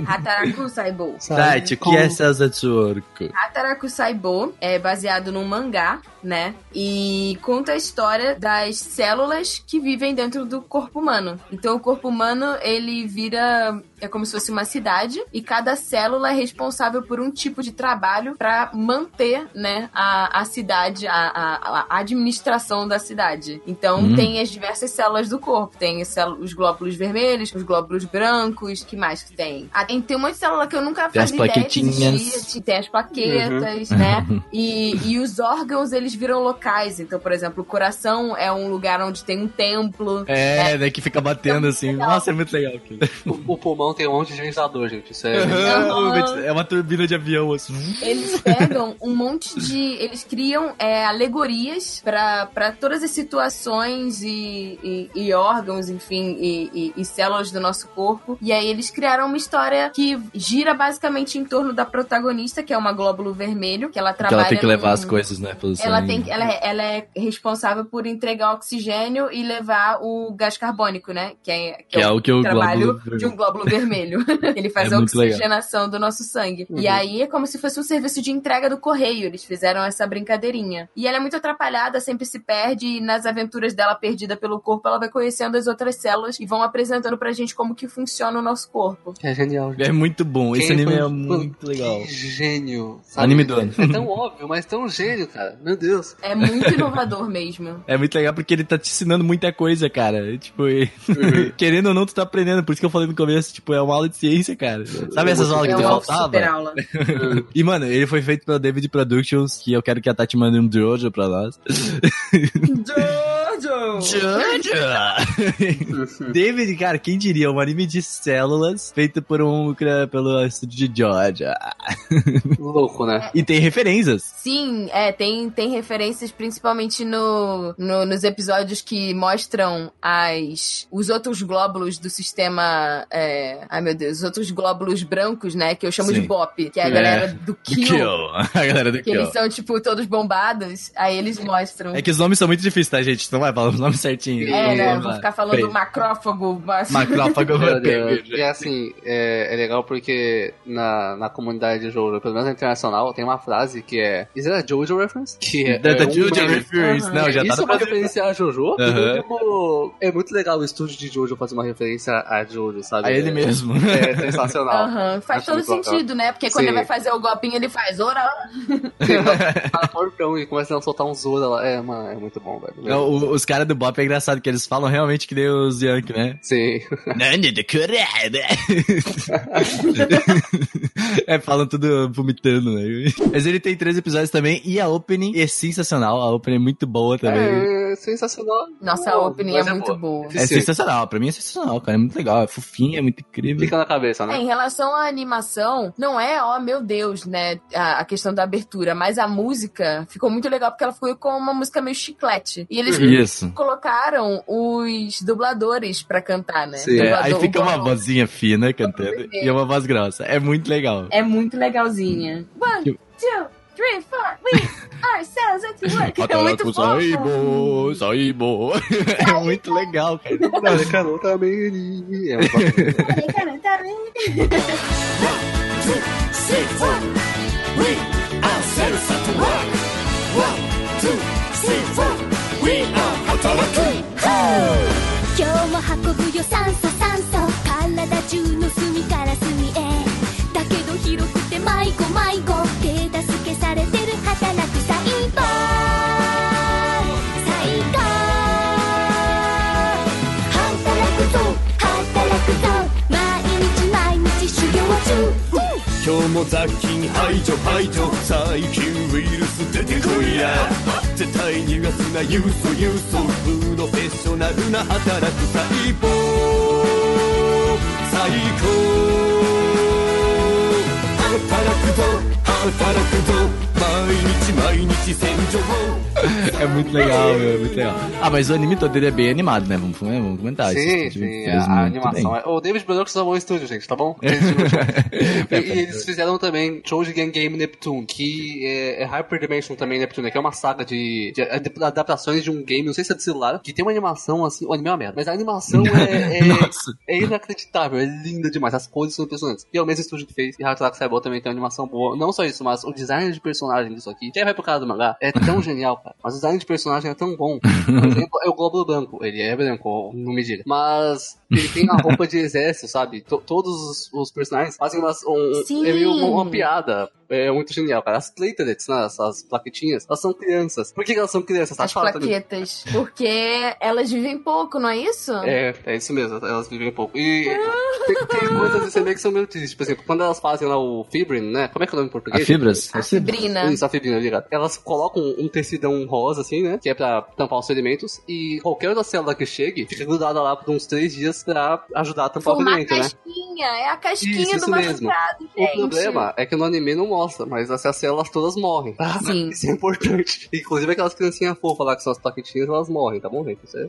D: Hataraku Saibou.
B: Tati, o que é Celso Tsuorko?
D: Hataraku Saibou é baseado num mangá, né? E conta a história das células que vivem dentro do corpo humano. Então, o corpo humano, ele vira. É como se fosse uma cidade e cada célula é responsável por um tipo de trabalho pra manter, né, a, a cidade, a, a- a administração da cidade. Então
B: Hum.
D: tem as diversas células do corpo, tem as célu- os glóbulos vermelhos, os glóbulos brancos, que mais que tem? Ah, tem, tem um monte de célula que eu nunca
B: Tem as
D: fazia ideia que
B: plaquetinhas. Uhum.
D: existia, te- tem as plaquetas, né? E, e os órgãos, eles viram locais. Então, por exemplo, o coração é um lugar onde tem um templo.
B: É, né? Que fica batendo assim. Nossa, é muito legal aquilo.
C: O, o pulmão tem um monte de ventilador, gente. Isso é.
B: Aham, É uma turbina de avião, assim.
D: Eles pegam um um monte de. Eles criam é, alegorias pra pra todas as situações e, e- e órgãos, enfim, e, e- e células do nosso corpo. E aí eles criaram uma história que gira basicamente em torno da protagonista, que é uma glóbulo vermelho, que ela
B: Que
D: trabalha.
B: ela tem que levar
D: num-
B: as coisas, né? pro
D: ela,
B: sangue.
D: tem, que- ela, é- ela é responsável por entregar oxigênio e levar o gás carbônico, né? Que é,
B: Que é o que eu
D: trabalho
B: glóbulo-
D: de um glóbulo vermelho. Ele faz
B: É
D: a
B: muito legal.
D: oxigenação do nosso sangue.
C: Uhum.
D: E aí é como se fosse um serviço de entrega do correio. Eles fizeram essa brincadeirinha. E ela é muito atrapalhada, sempre se perde. E nas aventuras dela perdida pelo corpo, ela vai conhecendo as outras células e vão apresentando pra gente como que funciona o nosso corpo.
C: É genial.
B: É muito bom. Esse
C: Quem
B: anime é
C: foi-
B: muito legal.
C: Que gênio. sabe?
B: Anime do ano.
C: É tão óbvio, mas tão gênio, cara. Meu Deus.
D: É muito inovador mesmo.
B: É muito legal porque ele tá te ensinando muita coisa, cara. Tipo, e- querendo ou não, tu tá aprendendo. Por isso que eu falei no começo, tipo, é uma aula de ciência, cara. Sabe essas aulas que
D: é
B: tu
D: uma
B: faltava?
D: super aula.
B: E, mano, ele foi feito pela David Productions, que eu quero que a Tati mande um Jojo pra nós.
D: Jojo!
B: Jojo! David, cara, quem diria? Um anime de células feito por um cra- pelo estúdio de Georgia.
C: Louco, né?
B: E tem referências.
D: Sim, é, tem, tem referências principalmente no, no- nos episódios que mostram as, os outros glóbulos do sistema. É, ai meu Deus, os outros glóbulos brancos, né? Que eu chamo
B: Sim.
D: de BOP, que é a
B: É.
D: galera do Kill.
B: A galera do
D: Que
B: Kill.
D: eles são, tipo, todos bombados. Aí eles mostram.
B: É que os nomes são muito difíceis, tá, gente? Não vai falar os nomes certinhos.
D: É, né?
B: Vamos
D: eu Vou
B: lá.
D: ficar assim. falando
B: Peraí.
D: macrófago, mas.
B: Macrófago.
C: Meu Deus. E assim, é, é legal porque na, na comunidade de Jojo, pelo menos na internacional, tem uma frase que é. Isso é Jojo reference? Que é.
B: Da
C: é,
B: da
C: um
B: Jojo
C: meme.
B: Reference. Não, já tá
C: Isso
B: no
C: é uma
B: Brasil.
C: referência a Jojo?
B: Aham.
C: Tipo, é muito legal o estúdio de Jojo fazer uma referência a Jojo, sabe?
B: A ele
C: É-
B: mesmo.
C: É sensacional.
D: Aham, Faz
C: Acho
D: todo
C: muito legal.
D: sentido, né? Porque quando
C: Sim.
D: ele vai fazer o golpinho, ele faz. Ora,
C: Fala portão e começa a soltar um Zora lá. É, mano, é muito bom, velho.
B: Não, o- os caras do Bop é engraçado que eles falam realmente que nem os Yankee, né?
C: Sim.
B: Nani do curado. é, falam tudo vomitando, né? Mas ele tem três episódios também e a opening é sensacional. A opening é muito boa também.
C: É sensacional.
D: Nossa, a
C: Boa,
D: opening é
C: mas
D: muito boa.
B: É sensacional, pra mim é sensacional, cara. É muito legal, é fofinho, é muito incrível.
C: Fica na cabeça,
D: É,
C: né?
D: em relação à animação, não é, ó, meu Deus, né, a, a questão da abertura, mas a música ficou muito legal porque ela ficou com uma música meio chiclete. E eles
B: Isso.
D: colocaram os dubladores pra cantar, né?
C: Sim.
B: É,
D: Dublador-
B: aí fica
D: o
B: uma
D: Bono.
B: vozinha fina cantando e uma voz grossa. É muito legal.
D: É muito legalzinha. One,
B: Eu-
D: two, three, four, we are cells at work. É muito fofo.
B: Saíbo, saíbo. É muito legal, cara.
C: É um bagulho.
A: 今日も運ぶよ酸素酸素体中の隅から隅へだけど広くて迷子迷子手助けされてる働く細胞最高働くぞ働くぞ毎日毎日修行中
E: 今日も雑菌排除排除細菌ウイルス出てこいや絶対逃がすなユーソユーソプロフェッショナルな働く細胞最高働くぞ働くぞ毎日毎日洗浄を
B: É muito legal, meu, é muito legal. Ah, mas o anime todo dele é bem animado, né? Vamos, vamos comentar. assim, tipo,
C: Sim, sim, a,
B: né?
C: a animação. é- O David Brooks amou o estúdio, gente, tá bom? e, e eles fizeram também Chojigan Game Neptune, que é, é Hyper Dimension também Neptune, né, que é uma saga de, de adap- adaptações de um game, não sei se é de celular, que tem uma animação assim, o anime é uma merda, mas a animação é, é-
B: Nossa.
C: é inacreditável, é linda demais, as cores são impressionantes. E é o mesmo estúdio que fez, e Hataraku Saibou também tem uma animação boa, não só isso, mas o design de personagem disso aqui, já vai pro cara do mangá, é tão genial, cara, mas o design de personagem é tão bom. Por exemplo, é o Globo Branco, ele é branco, não me diga, mas ele tem a roupa de exército, sabe? To- todos os, os personagens fazem umas, um,
D: Sim.
C: é meio uma, uma piada. É muito genial, cara. As platelets, né? Essas plaquetinhas, elas são crianças. Por que que elas são crianças? Tá
D: As
C: falando também.
D: plaquetas. Porque elas vivem pouco, não é isso?
C: É, é isso mesmo, elas vivem pouco. E
D: Ah.
C: tem, tem coisas desse anime que são meio tristes. Por exemplo, quando elas fazem lá o fibrin, né? Como é que é o nome em
B: A
C: português?
B: fibras?
D: A fibrina.
C: Isso, a fibrina, ligado? Elas colocam um tecidão rosa, assim, né? Que é pra tampar os ferimentos. E qualquer outra célula que chegue, fica grudada lá por uns três dias pra ajudar a tampar o
D: Formar
C: ferimento, né?
D: casquinha. casquinha, é a casquinha
C: Isso,
D: do
C: isso mesmo.
D: machucado,
C: O
D: gente.
C: problema é que no anime não mostra, mas as as células todas morrem. tá?
D: Sim.
C: Isso é importante. Inclusive aquelas criancinhas fofas lá que são as plaquetinhas, elas morrem, tá bom, gente? Isso é-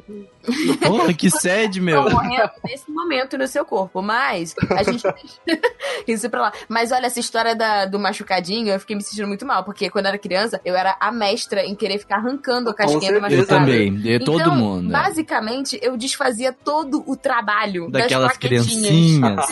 B: Porra, que sede, meu.
D: Estão Tá morrendo nesse momento no seu corpo, mas a gente isso pra lá. Mas olha, essa história da- do machucadinho, eu fiquei me sentindo muito mal, porque quando eu era criança, eu era a mestra em querer ficar arrancando a casquinha do
C: certeza.
D: machucado.
B: Eu também, eu, todo
D: Então,
B: mundo. né?
D: Basicamente, eu desfazia todo o trabalho
B: Daquelas
D: das plaquetinhas.
B: criancinhas,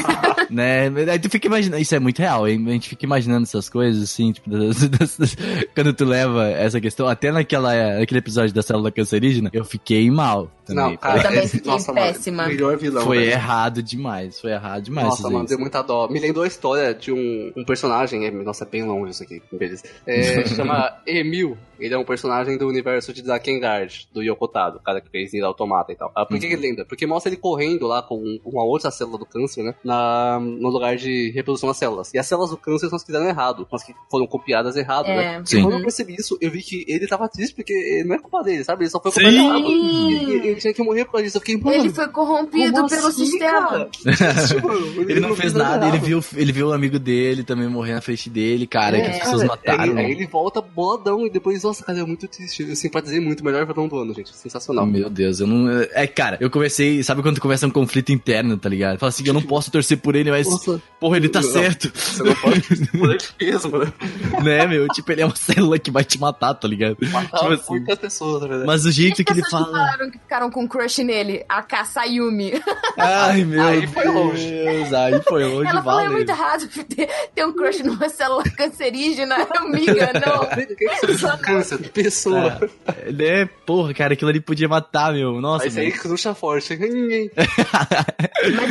B: né? Aí tu fica imaginando, isso é muito real, hein? A gente fica imaginando essas coisas, assim, tipo, das- das- das- quando tu leva essa questão, até naquela, naquele episódio da célula cancerígena, eu fiquei mal também.
C: Não, cara,
D: Eu também
C: é-
D: fiquei
C: nossa, mano,
D: péssima.
C: melhor vilão.
B: foi
C: velho.
B: errado demais, foi errado demais.
C: Nossa,
B: fazer é
C: mano,
B: isso.
C: deu muita dó. Me lembrou a história de um, um personagem. é, Nossa, é bem longe isso aqui, beleza. É, chama Emil. Ele é um personagem do universo de Drakengard, do Yokotado, o cara que fez Nier Automata e tal. Ah, por que, que
B: Uhum.
C: ele lembra? Porque mostra ele correndo lá com um- uma outra célula do câncer, né? Na, no lugar de reprodução das células. E as células do câncer são as que deram errado, as que foram copiadas errado,
D: É.
C: né? E
B: Sim.
C: quando eu percebi isso, eu vi que ele tava triste porque não é culpa dele, sabe? Ele só foi
B: Sim.
C: copiado errado. E- e- Ele tinha que morrer por causa disso. Eu fiquei, mano,
D: Ele foi corrompido
C: como
D: pelo
C: assim,
D: sistema.
C: cara? Que tipo, triste, mano.
B: Ele não fez nada, ele viu, ele viu o amigo dele também morrer na frente dele, cara,
D: É,
B: que as pessoas mataram.
C: Aí, aí ele volta boladão e depois, nossa, cara, é muito triste. Eu simpatizei muito, melhor vilão do ano, gente. Sensacional.
B: Meu Deus, eu não. É, cara, eu comecei. Sabe quando tu começa um conflito interno, tá ligado? Fala assim, eu não posso torcer por ele, mas.
C: Nossa,
B: Porra, ele tá
C: Não.
B: certo.
C: você não pode poder de peso, mano.
B: né, meu? Tipo, ele é uma célula que vai te matar, tá ligado?
C: Matar
B: Tipo assim.
C: muitas pessoas, na verdade.
B: Mas o
D: E as
B: jeito que ele
D: pessoas que
B: fala.
D: falaram que ficaram com crush nele, a Kasayumi.
B: Ai, meu
C: Aí foi
B: Deus.
C: longe.
B: Aí foi longe,
D: Ela falou, é
B: vale.
D: muito errado ter, ter um crush numa célula cancerígena, amiga, não.
C: O que é isso? Câncer de pessoa.
B: É, né? Porra, cara, aquilo ali podia matar, meu. Nossa,
C: Aí isso aí
B: meu.
C: cruxa forte.
D: Mas o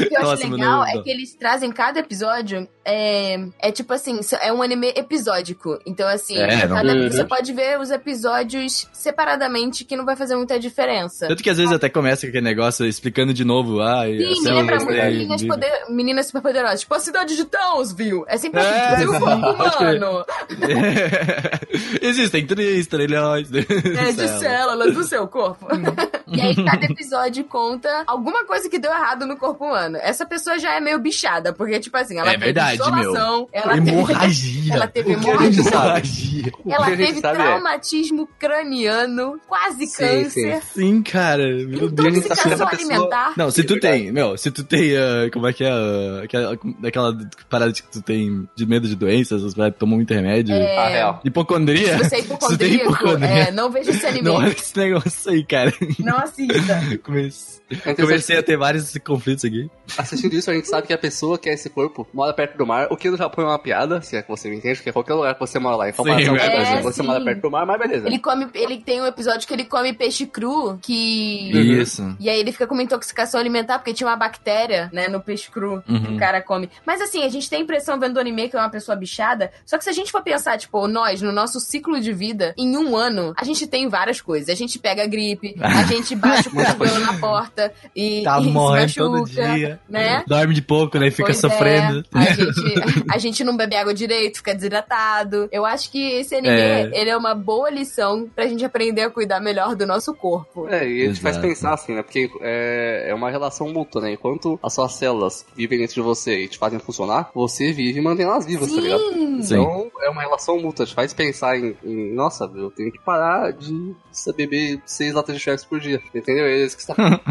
D: que eu
B: Nossa,
D: acho
B: mano,
D: legal
B: não,
D: é
B: não.
D: que eles trazem cada episódio, é, é tipo assim, é um anime episódico. Então, assim,
B: É, não-
D: cada- você pode ver os episódios separadamente, que não vai fazer muita diferença.
B: Tanto que às vezes até começa com aquele negócio explicando de novo. Ai, é a
D: Sim, me
B: célula
D: lembra
B: está
D: muito
B: aí,
D: meninas,
B: viva.
D: poder, meninas superpoderosas. Tipo, a cidade de Townsville. É sempre
B: É,
D: assim,
B: sim,
D: um corpo
B: pode crer.
D: humano.
B: Existem três trilhões. de
D: É, de
B: células.
D: células do seu corpo. Uhum. e aí, cada episódio conta alguma coisa que deu errado no corpo humano. Essa pessoa já é meio bichada, porque, tipo assim, ela
B: É
D: teve
B: verdade,
D: insolação, ela teve.
B: Hemorragia.
D: Ela teve
C: O que a gente
D: hemorragia,
C: sabe?
B: Hemorragia.
D: ela
C: a gente
D: teve
C: sabe é-
D: traumatismo craniano, quase
C: Sim,
D: câncer,
B: Sim, cara. Meu
D: Então
B: Deus.
C: gente sabe
D: intoxicação
C: dessa pessoa-
D: alimentar.
B: Não, se
C: É
B: tu
C: verdade.
B: tem, meu, se tu tem, ah, como é que é, ah, aquela, aquela parada de que tu tem de medo de doenças, as paradas que tomam muito remédio.
D: É.
C: Ah, real.
B: Hipocondria?
D: Se você é
B: Se tem
D: hipocondríaco, é, não veja esse anime,
B: Não
D: não,
B: olha esse negócio aí, cara.
D: assista.
B: Comece-
C: É
B: Comecei a
C: interessante.
B: ter vários conflitos aqui.
C: Assistindo isso, a gente sabe que a pessoa que é esse corpo mora perto do mar, o que no Japão é uma piada, se é que você me entende, porque é qualquer lugar que você mora lá, em comparação com o
B: verdade.
C: Brasil, você
D: É, sim.
C: mora perto do mar, mas beleza.
D: Ele come, ele tem um episódio que ele come peixe cru,
B: Hum.
D: que...
B: Isso.
D: E aí ele fica com uma intoxicação alimentar porque tinha uma bactéria, né, no peixe cru que
B: Uhum.
D: o cara come. Mas assim, a gente tem a impressão vendo anime que é uma pessoa bichada. Só que se a gente for pensar, tipo, nós, no nosso ciclo de vida, em um ano, a gente tem várias coisas. A gente pega gripe, a gente bate o cotovelo na porta e,
B: Tá
D: e se
B: morrendo
D: machuca,
B: todo dia.
D: né?
B: Dorme de pouco, né? Fica
D: Pois é,
B: sofrendo.
D: a, gente, a gente não bebe água direito, fica desidratado. Eu acho que esse anime,
B: É.
D: ele é uma boa lição pra gente aprender a cuidar melhor do nosso corpo.
C: É, e a gente
B: Exato.
C: faz pensar assim, né? Porque é, é uma relação mútua, né? Enquanto as suas células vivem dentro de você e te fazem funcionar, você vive e mantém elas vivas, tá ligado?
D: Sim!
C: Então é uma relação mútua, te faz pensar em, em, nossa, eu tenho que parar de beber seis latas de Schweppes por dia, entendeu? É isso que você tá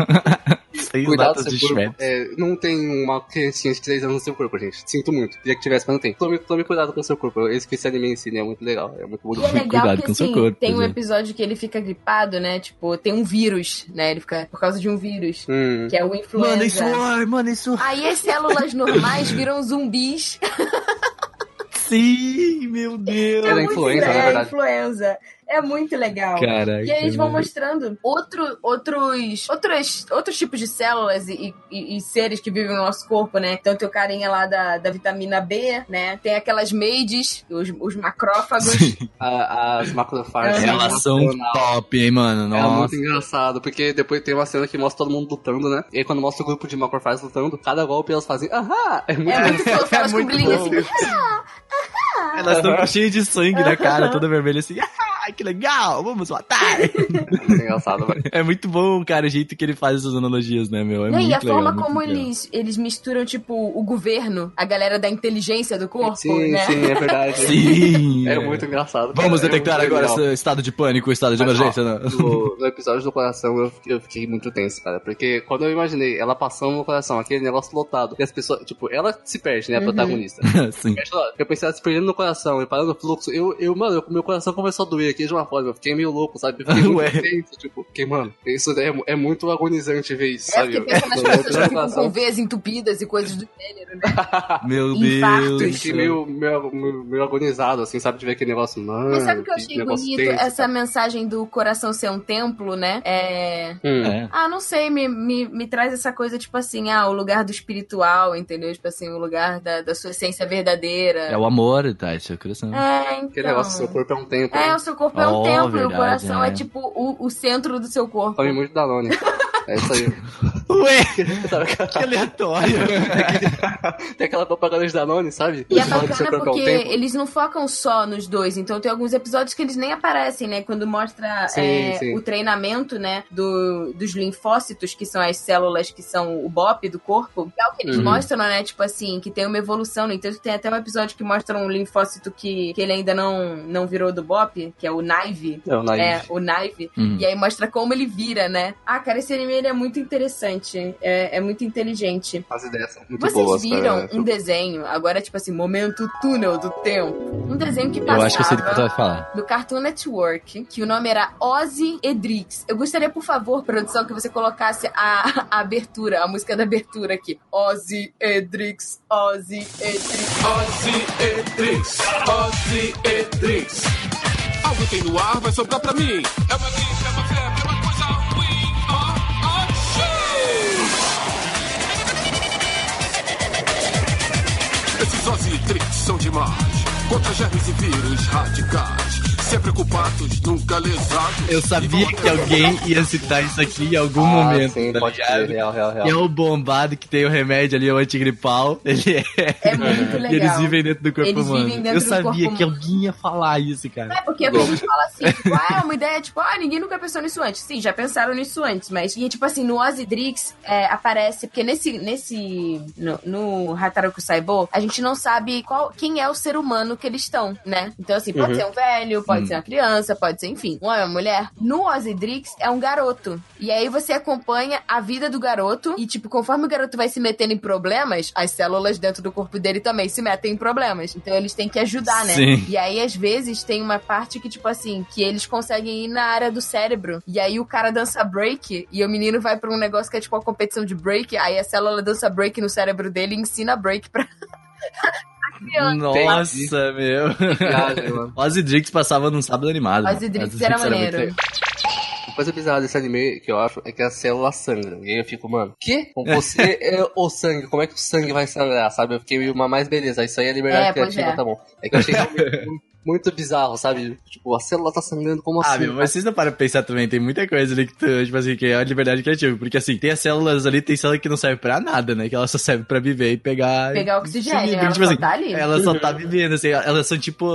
B: Seis
C: cuidado
B: latas
C: do
B: de
C: seu corpo.
B: Schweppes.
C: É, não tem uma criancinha de 3 anos no seu corpo, gente. Sinto muito. Queria que tivesse, mas não tem. Tome, tome cuidado com o seu corpo. Esse que esse anime ensina é muito legal, é muito bonito.
D: E é legal
B: Cuidado
D: que,
B: com seu
D: assim,
B: corpo,
D: tem um
B: né?
D: episódio que ele fica gripado, né? Tipo, tem um vírus, né? Ele fica por causa de um vírus,
C: Hum.
D: que é o influenza.
B: Mandem suor, mandem suor.
D: Aí as células normais viram zumbis.
B: Sim, meu Deus.
C: Era
D: muito
C: influenza,
D: legal.
C: na verdade.
D: É, influenza. É muito legal.
B: Caraca.
D: E aí eles vão
B: meu.
D: mostrando outro, outros, outros, outros tipos de células e, e- e seres que vivem no nosso corpo, né? Então tem o carinha lá da, da vitamina B, né? Tem aquelas maids, os, os macrófagos.
C: A- as macrofagas.
B: Elas são
C: Nacional.
B: top, hein, mano.
C: É muito
B: Nossa.
C: engraçado, porque depois tem uma cena que mostra todo mundo lutando, né? E aí quando mostra o grupo de macrofages lutando, cada golpe elas fazem, ahá! É muito
D: É muito fofo, elas com
B: muito
D: brilhinho
B: bom.
D: assim.
B: Elas estão cheias de sangue na cara, toda vermelha assim. Ah, ah, que legal, vamos matar.
C: É engraçado, velho.
B: É muito bom, cara, o jeito que ele faz essas analogias, né, meu? É
D: Não,
B: muito
D: e a
B: legal,
D: forma
B: muito
D: como
B: legal.
D: eles, eles misturam, tipo, o governo, a galera da inteligência do corpo,
C: Sim,
D: né?
C: sim, é verdade.
B: Sim!
C: É muito engraçado. cara.
B: Vamos
C: É
B: detectar
C: muito
B: agora
C: legal.
B: esse estado de pânico, estado de
C: Mas, ó,
B: emergência. né? não.
C: No, no episódio do coração eu, fiquei- eu fiquei muito tenso, cara. Porque quando eu imaginei ela passando no coração, aquele negócio lotado, e as pessoas, tipo, ela se perde, né, a protagonista.
B: Sim.
C: Eu pensei ela se perdendo no coração e parando o fluxo. Eu, eu mano, eu- meu coração começou a doer aqui de uma forma. Eu fiquei meio louco, sabe? Eu fiquei
B: Ué.
C: muito tenso, tipo, porque, mano, isso é, é muito agonizante ver isso,
D: É
C: sabe?
D: porque pensa nas
C: Eu- eu- eu-
D: pessoas que
C: eu-
D: ficam com
C: eu-
D: veias entupidas e coisas do gênero, né?
B: Meu
D: Infarto.
B: Deus. do
C: eu fiquei
B: céu.
C: meio, meio, meio, meio agonizado, assim, sabe? De ver aquele negócio, mano.
D: Mas sabe o que eu achei
C: Hum, negócio
D: bonito? É-
C: tenso,
D: Essa
C: cara.
D: mensagem do coração ser um templo, né? É.
C: Hum.
B: É.
D: Ah, não sei, me, me, me traz essa coisa, tipo assim, ah, o lugar do espiritual, entendeu? Tipo assim, o lugar da, da sua essência
B: É
D: verdadeira.
B: o amor, tá? Esse é o coração.
D: É, então.
C: Aquele negócio, seu corpo é um tempo.
D: É,
C: né?
D: o seu corpo é um
B: Oh,
D: templo e o
B: verdade,
D: coração é,
B: é.
D: tipo o, o centro do seu corpo.
C: Come muito Danone. É isso aí.
B: Ué, que aleatório.
C: Tem aquela propaganda de Danone, sabe?
D: E é
C: Fala que seu
D: bacana
C: corpo é um
D: porque
C: templo.
D: eles não focam só nos dois, então tem alguns episódios que eles nem aparecem, né? Quando mostra
C: Sim,
D: é,
C: sim.
D: o treinamento, né, do, dos linfócitos, que são as células que são o BOP do corpo, é o que eles
C: Uhum.
D: mostram, né? Tipo assim, que tem uma evolução. No entanto, tem até um episódio que mostra um linfócito que, que ele ainda não, não virou do BOP, que é o Naive.
C: É, o nariz.
D: É, o Naive.
C: Uhum.
B: Hum.
D: E aí mostra como ele vira, né? Ah, cara, esse anime ele é muito interessante. É, é muito inteligente.
C: As ideias são muito
D: Vocês
C: boas.
D: viram
B: é
C: cara.
D: um desenho, agora tipo assim, momento túnel do tempo. Um desenho que
B: Eu
D: passava
B: acho que tá. eu sei do que tu vai falar.
D: do Cartoon Network, que o nome era Ozzy Edrix. Eu gostaria, por favor, produção, que você colocasse a, a abertura, a música da abertura aqui. Ozzy Edrix, Ozzy Edrix.
F: Ozietrix, Ozietrix. Algo tem no ar, vai sobrar pra mim. É uma gripe, é uma febre, é uma coisa ruim. Ó, Oxê! Esses Ozietrix são demais. Contra germes e vírus radicais. Sempre ocupados, nunca lesados.
B: Eu sabia que alguém ia citar isso aqui em algum momento,
C: Ah, sim,
B: tá
C: pode ser,
B: ligado?
C: real, real, real.
B: E é o bombado que tem o remédio ali, o antigripal. Ele é.
D: É muito legal.
B: E eles vivem dentro do corpo
D: Eles vivem
B: humano.
D: dentro
B: Eu
D: do
B: sabia
D: corpo
B: que
D: humano.
B: alguém ia falar isso, cara.
D: É, porque quando a gente fala assim, tipo, ah, é uma ideia, tipo, ah, ninguém nunca pensou nisso antes. Sim, já pensaram nisso antes, mas. E, tipo assim, no Ozidrix é, aparece. Porque nesse. nesse no, no Hataroku Saibo, a gente não sabe qual, quem é o ser humano que eles estão, né? Então, assim, pode ser um velho,
B: Hum.
D: pode ser uma criança, pode ser, enfim, um homem, uma mulher. No Ozidrix é um garoto. E aí você acompanha a vida do garoto e, tipo, conforme o garoto vai se metendo em problemas, as células dentro do corpo dele também se metem em problemas. Então, eles têm que ajudar, né?
B: Sim.
D: E aí, às vezes, tem uma parte que, tipo assim, que eles conseguem ir na área do cérebro. E aí o cara dança break e o menino vai pra um negócio que é tipo uma competição de break. Aí a célula dança break no cérebro dele e ensina break pra. a criança.
B: Nossa, meu.
C: Viagem, mano.
B: Ozzy Drix passava num sábado animado. mano.
D: Mas Idrix
B: Ozzy
D: era
B: Drix muito
D: maneiro.
B: legal.
C: Uma coisa bizarra desse anime que eu acho é que a célula sangra. E aí eu fico, mano, que? Você é o sangue, como é que o sangue vai sangrar, sabe? Eu fiquei meio, mas mais beleza, isso aí é liberdade
D: É, pois
C: criativa,
D: é.
C: tá bom. É que eu achei muito, muito bizarro, sabe? Tipo, a célula tá sangrando como
B: Ah,
C: assim?
B: meu, mas vocês não param pra pensar também, tem muita coisa ali que tu, tipo assim, que é a liberdade criativa. Porque assim, tem as células ali, tem célula que não serve pra nada, né? Que ela só serve pra viver e pegar.
D: Pegar oxigênio,
B: Porque,
D: ela
B: tipo
D: só
B: assim,
D: tá ali.
B: Ela só
C: Uhum.
B: tá vivendo, assim, elas são tipo.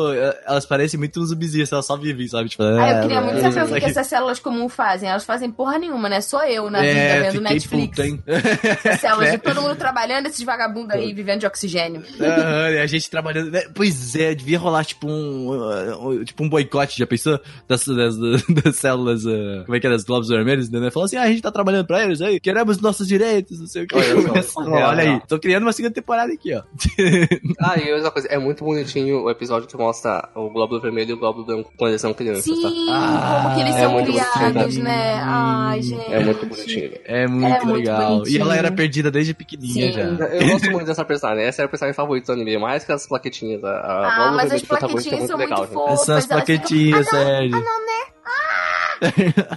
B: Elas parecem muito uns zumbizinhos, elas só vivem, sabe? Tipo,
D: Ah, eu queria muito saber o que, que
B: é
D: essas células comuns fazem. Elas fazem porra nenhuma, né? Só eu na vida
B: É,
D: vendo
B: fiquei
D: Netflix.
B: puto, hein? É.
D: Essas células de todo mundo trabalhando, esses vagabundos aí vivendo de oxigênio.
B: Aham, e a gente trabalhando. né? Pois é, devia rolar tipo um. uh, uh, tipo um boicote, já pensou? Das, das, das células. uh, como é que é? Das Globos Vermelhos, né? Falou assim: ah, a gente tá trabalhando pra eles aí, queremos nossos direitos, não sei o que.
C: Olha só.
B: Começa a rolar, Olha
C: É,
B: aí,
C: é.
B: tô criando uma segunda temporada aqui, ó.
C: Ah, e outra coisa, é muito bonitinho o episódio que mostra o glóbulo vermelho e o glóbulo branco quando eles são crianças, tá?
D: Sim,
B: Ah,
D: como que eles
C: é
D: são
C: muito
D: criados,
C: bonitinho.
D: né? Ai, gente.
C: É muito bonitinho, velho.
B: É muito
D: muito
B: legal. e
D: bonitinho.
B: ela era perdida desde pequenininha
D: Sim.
B: já.
C: Eu gosto muito dessa personagem, essa é a personagem favorita do anime, mais que as plaquetinhas. A, a
D: Ah,
C: glóbulo
D: mas
C: vermelho
D: as
C: protagonista é
D: plaquetinhas são muito assim, tipo,
C: legal, né?
D: fofas.
B: Essas
D: elas ficam-
B: plaquetinhas, Sérgio.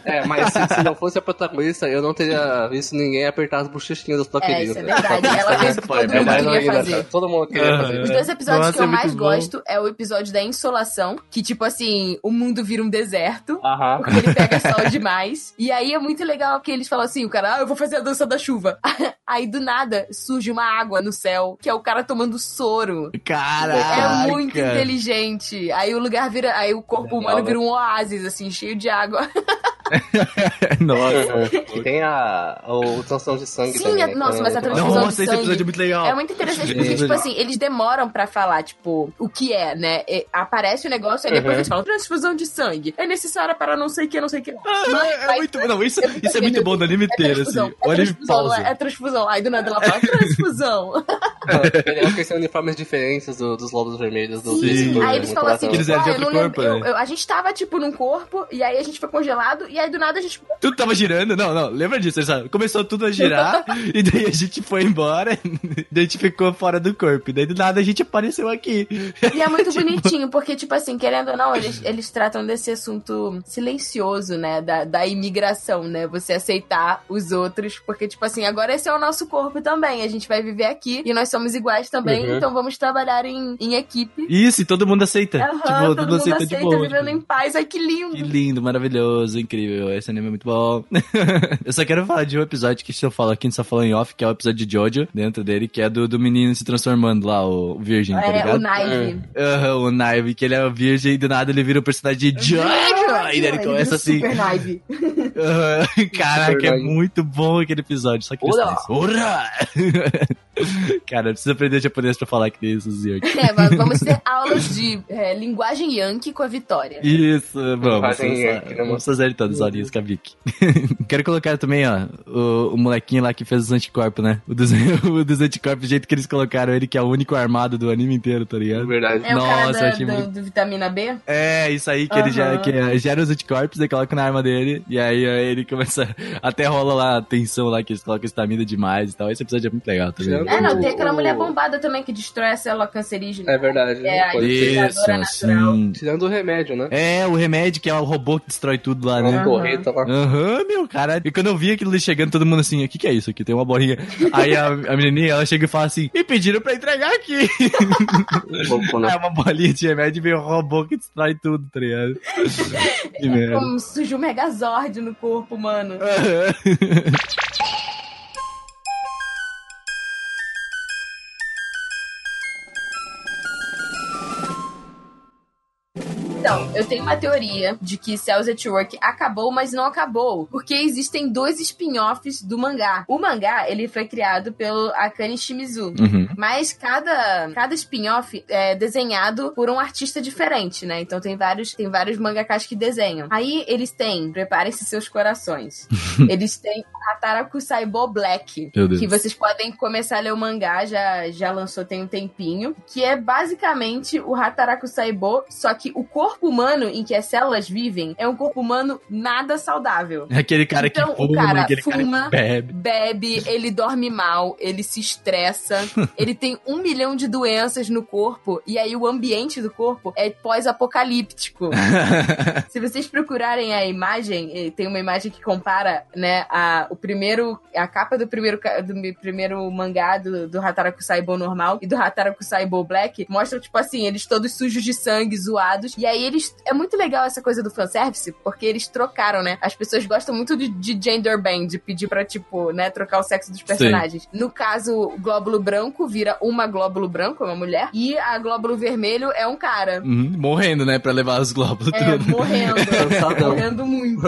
C: É, mas se, se não fosse a protagonista, eu não teria visto ninguém apertar as bochechinhas da sua
D: É,
C: querida.
D: isso é verdade. Ela fez o que
B: Pode,
D: todo
C: É
D: mundo
C: mais
D: queria
C: ainda, cara.
D: fazer.
C: Todo mundo queria fazer. né?
D: Os dois episódios
G: Nossa,
D: que eu
G: é muito
D: mais
G: bom.
D: gosto é o episódio da insolação, que tipo assim, o mundo vira um deserto.
C: Aham.
D: Porque ele pega sol demais. E aí é muito legal que eles falam assim: o cara, ah, eu vou fazer a dança da chuva. Aí do nada surge uma água no céu, que é o cara tomando soro.
B: Caraca.
D: É muito inteligente. Aí o lugar vira. Aí o corpo
C: Legal,
D: humano
C: né?
D: vira um oásis, assim, cheio de água.
B: Nossa.
C: E tem a, o transfusão de sangue
D: Sim,
C: também.
D: é-
C: né,
D: nossa,
C: que é
D: mas a
C: muito
D: transfusão-
C: bom.
B: Nossa, esse episódio é muito legal.
D: É muito interessante, porque, tipo assim, eles demoram pra falar, tipo, o que é, né? E aparece o negócio, aí depois
C: Uhum.
D: eles falam: transfusão de sangue. É necessária para não sei o que, não sei o que. Vai,
B: É
D: vai,
B: muito Não, isso,
D: Eu fico
B: isso é muito
D: vendo,
B: bom do anime
D: É
B: inteiro, assim.
D: transfusão,
B: O
D: é
B: anime
D: transfusão, não
B: pausa. É.
D: é, é transfusão. Aí do nada ela fala, transfusão.
C: Eu esqueci uniformes diferentes do- dos lobos vermelhos. Do
B: Sim. é
C: do-
D: Aí eles
C: do-
D: falam assim,
C: do-
B: Eles
D: tipo,
B: eram de
D: ah, eu não
B: outro
D: lembro.
B: corpo,
D: eu-
B: né?
D: eu- a gente tava, tipo, num corpo, e aí a gente foi congelado, e aí do nada a gente.
B: Tudo tava girando, não, não, lembra disso, sabe? Começou tudo a girar, e daí a gente foi embora, e daí a gente ficou fora do corpo, e daí do nada a gente apareceu aqui.
D: E é muito bonitinho, porque, tipo assim, querendo ou não, eles, eles tratam desse assunto silencioso, né? Da, da imigração, né? Você aceitar os outros, porque, tipo assim, agora esse é o nosso corpo também. A gente vai viver aqui e nós somos iguais também,
C: Uhum.
D: então vamos trabalhar em, em equipe.
B: Isso, e todo mundo aceita.
D: Aham,
B: tipo,
D: todo mundo aceita,
B: de boa.
D: vivendo
B: tipo.
D: em paz. Ai, que lindo!
B: Que lindo, maravilhoso, incrível. Esse anime é muito bom. eu só quero falar de um episódio que se eu falo aqui, a gente só falou em off, que é o episódio de Jojo, dentro dele, que é do, do menino se transformando lá, o virgem, tá
D: é, o
B: ligado?
D: Nile.
B: Aham, o Naive, que ele é virgem e do nada ele vira o personagem de Jojo! E daí ele começa assim.
D: é Super Naive.
B: Aham, Caraca, é
C: Verdade.
B: muito bom aquele episódio. Só que eles
C: Ora!
B: falam isso, Ora! Cara, eu preciso aprender japonês pra falar que nem isso, Zio.
D: É, va- vamos ter aulas de é, linguagem Yankee com a Vitória.
B: Isso, vamos.
C: Fazem
B: Vamos,
C: aqui, né,
B: vamos fazer todas as horinhas com a Vicky. Quero colocar também, ó, o, o molequinho lá que fez os anticorpos, né? O dos, o dos anticorpos, o jeito que eles colocaram ele, que é o único armado do anime inteiro, tá ligado?
C: Verdade.
D: É o
B: Nossa, eu
D: cara
B: achei
D: da- do,
B: muito-
D: do vitamina B?
B: É, isso aí, que ele gera,
D: Aham.
B: que é, gera os anticorpos, aí coloca na arma dele, e aí ó, ele começa. Até rola lá a tensão lá, que eles colocam estamina demais e tal. Esse episódio é muito legal também.
C: Tirando
D: É, não,
C: o-
D: tem aquela mulher bombada também que destrói a célula cancerígena.
C: É verdade.
D: É,
C: não pode
D: aí-
C: ter.
B: Isso,
D: Predadora natural.
B: sim.
C: Tirando o remédio, né?
B: É, o remédio que é o robô que destrói tudo lá, né?
C: Uma correta lá.
B: Aham, meu, cara. E quando eu vi aquilo ali chegando, todo mundo assim, o que que é isso aqui? Tem uma bolinha. Aí a, a menininha, ela chega e fala assim, me pediram pra entregar aqui.
C: Louco, né?
B: É uma bolinha de remédio e veio o robô que destrói tudo, tá ligado? Que merda.
D: É Como surgiu um megazord no corpo, mano. Então, eu tenho uma teoria de que Cells at Work acabou, mas não acabou. Porque existem dois spin-offs do mangá. O mangá, ele foi criado pelo Akane Shimizu.
B: Uhum.
D: Mas cada, cada spin-off é desenhado por um artista diferente, né? Então tem vários, tem vários mangakas que desenham. Aí eles têm, preparem-se seus corações. eles têm Hatara Kusaibo Black.
B: Meu Deus.
D: Que vocês podem começar a ler o mangá, já, já lançou tem um tempinho. Que é basicamente o Hataraku Saibo, só que o corpo humano em que as células vivem é um corpo humano nada saudável.
B: Aquele cara
D: Então,
B: que
D: o
B: fuma,
D: cara
B: aquele cara
D: fuma,
B: que bebe.
D: Bebe, ele dorme mal, ele se estressa, ele tem um milhão de doenças no corpo, e aí o ambiente do corpo é pós-apocalíptico. Se vocês procurarem a imagem, eh, tem uma imagem que compara, né, a, o primeiro, a capa do primeiro, ca- do mi- primeiro mangá do, do Hataraku Saibo normal e do Hataraku Saibo Black, mostra, tipo assim, eles todos sujos de sangue, zoados, e aí eles, é muito legal essa coisa do fanservice, porque eles trocaram, né, as pessoas gostam muito de, de gender band, de pedir pra, tipo, né, trocar o sexo dos personagens. No caso, o glóbulo branco vira uma glóbulo branco, uma mulher, e a glóbulo vermelho é um cara.
B: Uhum, morrendo, né, pra levar os globos
D: É,
B: tudo.
D: morrendo.
C: Cansadão.
D: morrendo muito.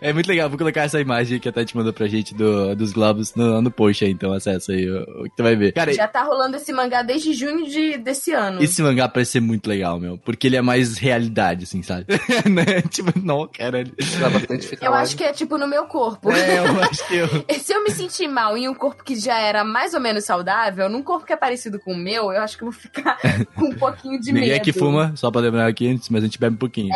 B: É muito legal, vou colocar essa imagem que a Tati mandou pra gente do, dos globos no, no post aí, então acessa aí o, o que tu vai ver. Cara,
D: Já tá rolando esse mangá desde junho de, desse ano.
B: Esse mangá parece ser muito legal, meu. Porque ele é mais realidade, assim, sabe? né? Tipo, não, cara. ele-
C: Dá tá bastante ficar
D: Eu
C: lá.
D: acho que é tipo no meu corpo.
B: É, eu acho que eu...
D: Se eu me sentir mal em um corpo que já era mais ou menos saudável, num corpo que é parecido com o meu, eu acho que eu vou ficar com um pouquinho de medo. É.
B: Ninguém aqui fuma, só pra lembrar aqui antes, mas a gente bebe um pouquinho.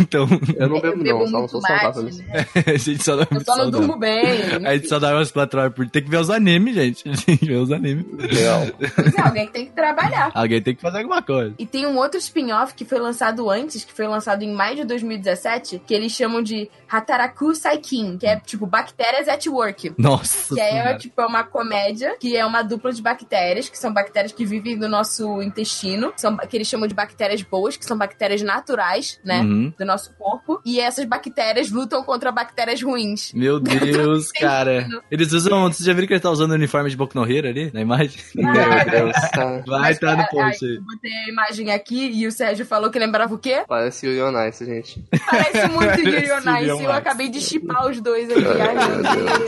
B: então,
C: Eu não bebo, não, só não
D: muito
C: sou
D: mate,
C: saudável.
D: né?
B: a gente só dá
D: Eu só não
B: só dá-
D: durmo bem.
B: A gente só dá umas quatro horas por. Tem que ver os animes, gente. A gente vê os animes.
G: Legal.
D: Pois é, alguém que tem que trabalhar.
B: Alguém tem que fazer alguma coisa.
D: E tem um outro spin-off que foi lançado antes, que foi lançado em maio de 2017, que eles chamam de Hataraku Saikin, que é tipo bactérias at work.
B: Nossa.
D: Que é
B: senhora.
D: tipo é uma comédia, que é uma dupla de bactérias, que são bactérias que vivem no nosso intestino, são, que eles chamam de bactérias boas, que são bactérias naturais, né?
B: Uhum.
D: Do nosso corpo. E essas bactérias lutam contra bactérias ruins.
B: Meu Deus, cara.
D: sentido.
B: Eles usam. Vocês já viram que ele tá usando o uniforme de Boku no Hero ali na imagem?
C: Meu Deus, cara.
B: Vai
D: Mas,
B: tá no
D: cara,
B: post
D: ai,
B: aí.
D: eu botei a imagem aqui e o Sérgio falou que lembrava o quê?
C: Parece Yuri on Ice, gente.
D: Parece muito de
B: Parece Yuri on
D: Nice. Eu
B: um Ice.
D: acabei de chipar os dois aqui. Ai, meu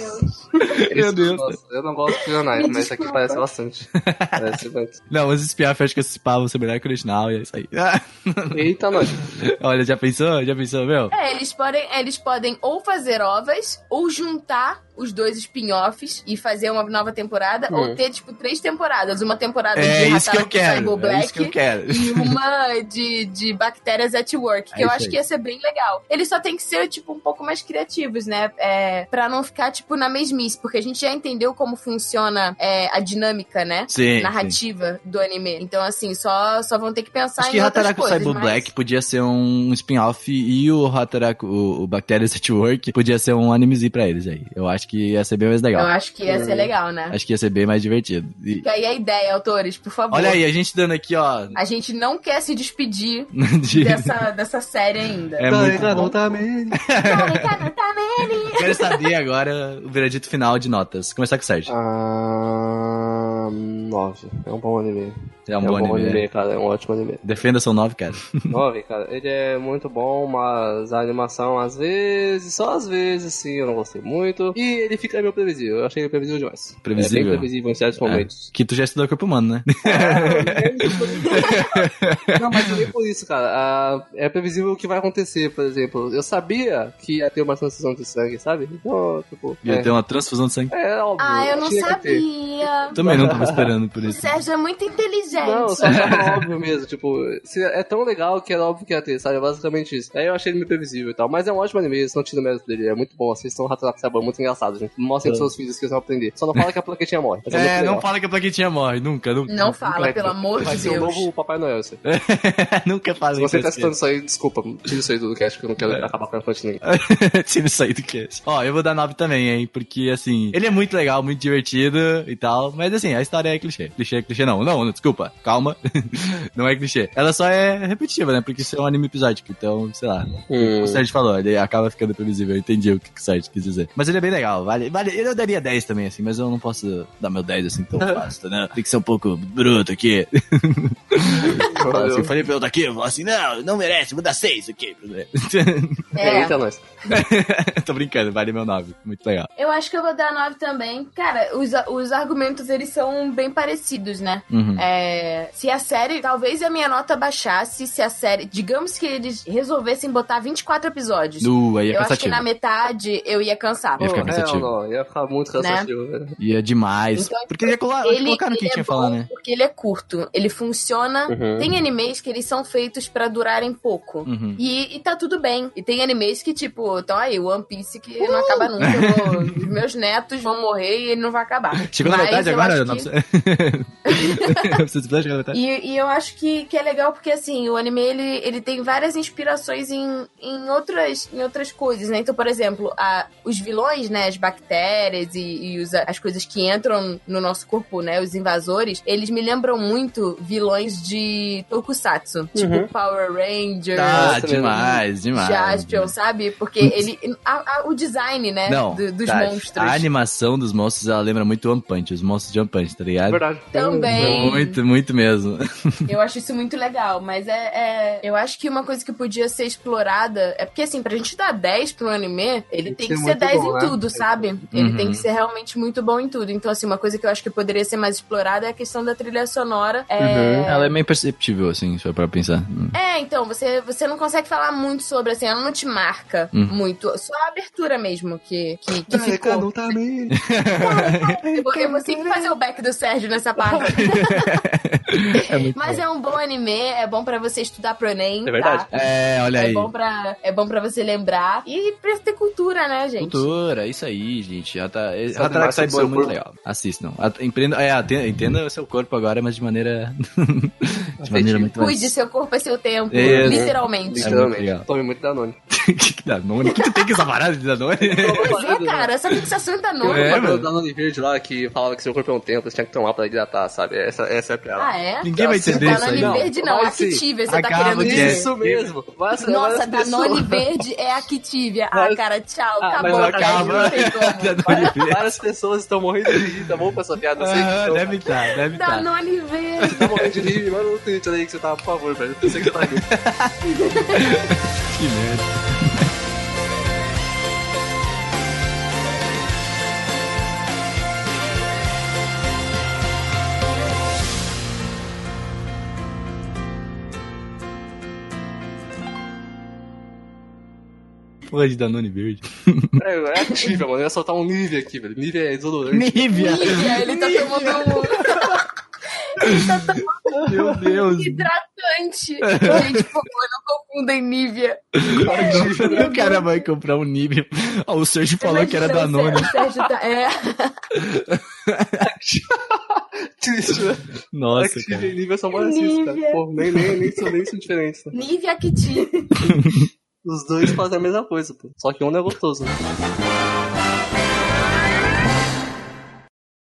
D: Deus.
B: Meu Deus.
C: Nossa, eu não gosto de Yuri on Ice, mas isso aqui parece bastante. Parece muito.
B: Não, mas esse piaf, acho que esse pá vão ser melhor que o original e é isso aí.
C: Eita, nós.
B: Olha, já pensou? Já pensou, meu?
D: É, eles podem, eles podem ou fazer ovas, ou juntar os dois spin-offs e fazer uma nova temporada, ou ter, tipo, três temporadas. Uma temporada
B: Hum. É
D: de
B: isso que eu
D: Hataraku Saibo
B: quero. É
D: Black
B: isso que eu quero.
D: e uma de, de Bactérias at Work, que
B: É
D: eu
B: isso
D: acho
B: aí.
D: que ia ser bem legal. Eles só tem que ser, tipo, um pouco mais criativos, né? É, pra não ficar, tipo, na mesmice, porque a gente já entendeu como funciona é, a dinâmica, né?
B: Sim. sim.
D: Narrativa do anime. Então, assim, só, só vão ter que pensar
B: Acho
D: em
B: que
D: outras
B: Hataraku
D: coisas,
B: Cyber
D: mas-
B: Black é podia ser um spin-off e o Hataraku, o, o Bacterias at Work, podia ser um animezinho pra eles aí. Eu acho que ia ser bem mais
D: Eu
B: legal.
D: acho que
B: Hum.
D: ia ser legal, né?
B: Acho que ia ser bem mais divertido. E-
D: Fica aí é a ideia, autores, por favor.
B: Olha aí, a gente dando aqui, ó.
D: A gente não quer se despedir
B: de-
D: dessa, dessa série ainda.
B: É muito bom.
D: É.
B: Quero saber agora o veredito final de notas. Começar com o Sérgio.
C: Ah, nove. É um bom anime.
B: é um bom anime. né?
C: cara. É um ótimo anime.
B: Defenda seu 9, cara.
C: Nove, cara. Ele é muito bom, mas a animação às vezes, só às vezes, sim, eu não gostei muito. E ele fica meio previsível. Eu achei ele previsível demais.
B: Previsível?
C: É bem previsível em certos momentos.
B: Que tu já estudou corpo humano, né?
C: Não, mas nem por isso, cara. Ah, é previsível o que vai acontecer, por exemplo. Eu sabia que ia ter uma transfusão de sangue, sabe? Então, tipo.
B: Ia
C: é.
B: ter uma transfusão de sangue.
C: É óbvio.
D: Ah, eu não
C: tinha que ter.
D: sabia.
B: Também não tava esperando por
D: O
B: isso.
D: Sérgio é muito inteligente.
C: Não, só tava óbvio mesmo. Tipo, se é tão legal que era óbvio que ia ter, sabe? É Basicamente isso. Aí eu achei ele meio previsível e tal. Mas é um ótimo anime, isso não tira o mérito dele. É muito bom. Assistam o Ratatouille, sabe? É muito engraçado, gente. Mostrem pros seus filhos que eles vão aprender. Só não fala que a plaquetinha morre. mas
B: É,
C: muito
B: não
C: legal.
B: fala que a plaquetinha morre. Nunca, nunca.
D: Não fala,
C: Vai-
D: pelo amor
C: Vai
D: de
B: um
C: ser o
D: Deus.
C: novo Papai Noel, isso.
B: nunca fala
C: Se você
B: É, isso. É.
C: tá assistindo isso aí, desculpa. Tira isso aí do cast, porque eu não quero acabar com a fonte de ninguém.
B: Tira isso aí do cast. Ó, eu vou dar 9 também, hein? Porque, assim, ele é muito legal, muito divertido e tal. Mas, assim, a história é clichê. Clichê é clichê, não. Não, não, desculpa. Calma. não é clichê. Ela só é repetitiva, né? Porque isso é um anime episódico. Então, sei lá.
C: Uhum.
B: O Sérgio falou, ele acaba ficando previsível. Eu entendi o que, que o Sérgio quis dizer. Mas ele é bem legal. Vale, vale. Eu daria 10 também, assim. Mas eu não posso dar meu 10 assim tão fácil, né? Tem que ser um pouco bruto aqui.
C: Valeu.
B: Se eu falei pra eu daqui, eu falo assim, não, não merece. Vou dar 6 aqui.
D: É.
B: então.
C: Eita, nós.
B: Tô brincando. Vale meu 9. Muito legal.
D: Eu acho que eu vou dar 9 também. Cara, os, os argumentos eles são bem parecidos, né?
B: Uhum.
D: É, se a série, talvez a minha nota baixasse se a série, digamos que eles resolvessem botar 24 episódios.
B: Nu, aí é
D: eu acho que
B: cansativo.
D: na metade eu ia cansar.
B: Ia ficar
C: Pô,
B: cansativo.
C: é, não, ia ficar muito
D: Né?
C: cansativo, velho.
B: E é demais.
D: Então,
B: Porque ia colar, ele, colocaram o Ah, que
D: ele
B: tinha
D: é
B: que falar,
D: bom
B: né?
D: Porque ele é curto, ele funciona.
C: Uhum.
D: Tem animes que eles são feitos pra durarem pouco.
B: Uhum.
D: E, e tá tudo bem. E tem animes que, tipo, então aí, One Piece que
B: Uh!
D: não acaba nunca. eu vou- Os meus netos vão morrer e ele não vai acabar.
B: Chegou na
D: Mas
B: metade
D: eu
B: agora?
D: acho
B: Não
D: que-
B: precisa... Não precisa precisar chegar na metade.
D: E, e eu acho que, que é legal porque, assim, o anime, ele, ele tem várias inspirações em, em, outras, em outras coisas, né? Então, por exemplo, a, os vilões, né? As bactérias e, e os- as coisas que entram no nosso corpo, né? Os invasores, eles me lembram muito vilões de tokusatsu. Tipo Power Rangers,
B: Tá,
C: Nossa,
B: demais, demais.
D: Jaspion, sabe? Porque ele... a- a- o design, né?
B: Não,
D: do- dos
B: tá,
D: monstros.
B: a animação dos monstros, ela lembra muito One Punch, os monstros de One Punch, tá ligado?
C: É Verdade.
D: Também.
B: Muito, muito mesmo.
D: Eu acho isso muito legal, mas é, é- Eu acho que uma coisa que podia ser explorada é porque, assim, pra gente dar 10 pro anime, ele tem que ser
C: muito
D: 10
C: bom,
D: em
C: né?
D: tudo, sabe? Ele
B: Uhum.
D: tem que ser realmente muito bom em tudo. Então, assim, uma coisa que eu acho que poderia ser mais explorada é a questão da trilha sonora. É,
B: Ela é meio perceptível, assim, só pra pensar.
D: é, então, você, você não consegue falar muito sobre, assim, ela não te marca
B: Uhum.
D: muito. Só a abertura mesmo que, que, que
C: Cara,
D: ficou.
C: não tá bem.
D: Eu vou, eu vou sempre fazer o back do Sérgio essa parte.
B: É muito
D: Mas
B: bom.
D: é um bom anime, é bom pra você estudar pro Enem.
C: É verdade.
D: tá?
B: É, olha
D: É
B: aí.
D: bom, pra, é bom pra você lembrar. E pra ter cultura, né, gente?
B: Cultura, isso aí, gente. Rata- eh,
C: Sabe
B: Hataraku
C: mais sobre
B: Saibou é
C: seu
B: muito
C: corpo?
B: legal. Assistam. At- Empreenda, é, aten- entenda o seu corpo agora, mas de maneira. de maneira muito mais-
D: Cuide, seu corpo é seu tempo.
B: É,
D: literalmente.
B: É muito legal.
C: Literalmente. Tome muito Danone.
B: que Danone? O que tu tem com essa parada de Danone?
D: Pois é, cara, essa fixação da
C: Eu
D: nova.
B: É,
C: é,
B: mano.
C: mano. Danone verde lá que falava que seu corpo é um tempo, você tinha que tomar pra hidratar, sabe? Essa, essa é pra ela.
D: Ah, é?
B: Ninguém vai
C: Assim,
B: entender isso
D: Danone
B: aí.
C: não.
D: verde não,
C: Vai
D: Activia, você tá
B: Acaba
D: querendo
B: de-
D: dizer.
C: É Isso mesmo. Vai acelerar
D: Nossa,
C: as pessoas.
D: Danone verde é Activia. Ah,
C: Mas-
D: cara, tchau,
C: Ah,
D: acabou.
C: mas
D: cara,
C: acaba.
D: não tem como.
B: Danone verde.
C: Várias pessoas estão morrendo de rir, tá bom com essa piada? Eu sei que
B: Ah,
C: estão-
B: deve estar, deve estar.
D: Danone verde.
C: Tá morrendo de rir, manda um tweet aí que você tá, por favor, velho. Eu sei que você tá rindo.
B: Que merda. Porra de Danone Verde.
C: É, é ativa, mano. Eu ia soltar um Nivea aqui, velho. Nivea é desodorante.
B: Nívia!
D: Nívea, ele tá tomando um. ele tá tomando
B: Meu Deus!
D: hidratante. Gente, por favor, não confundem Nívea.
B: o cara vai comprar um Nívia. Ó, o Sérgio falou que era
D: Imagina, o
B: Danone.
D: Sérgio tá- É.
C: Triste, né?
B: Nossa,
C: Activa
B: cara.
C: e Nivea são parecidos,
D: Nivea.
C: cara. Pô, nem, nem, nem, são, nem são diferentes, né?
D: Nívea Activia.
C: Os dois fazem a mesma coisa, pô. Só que um não é gostoso, né?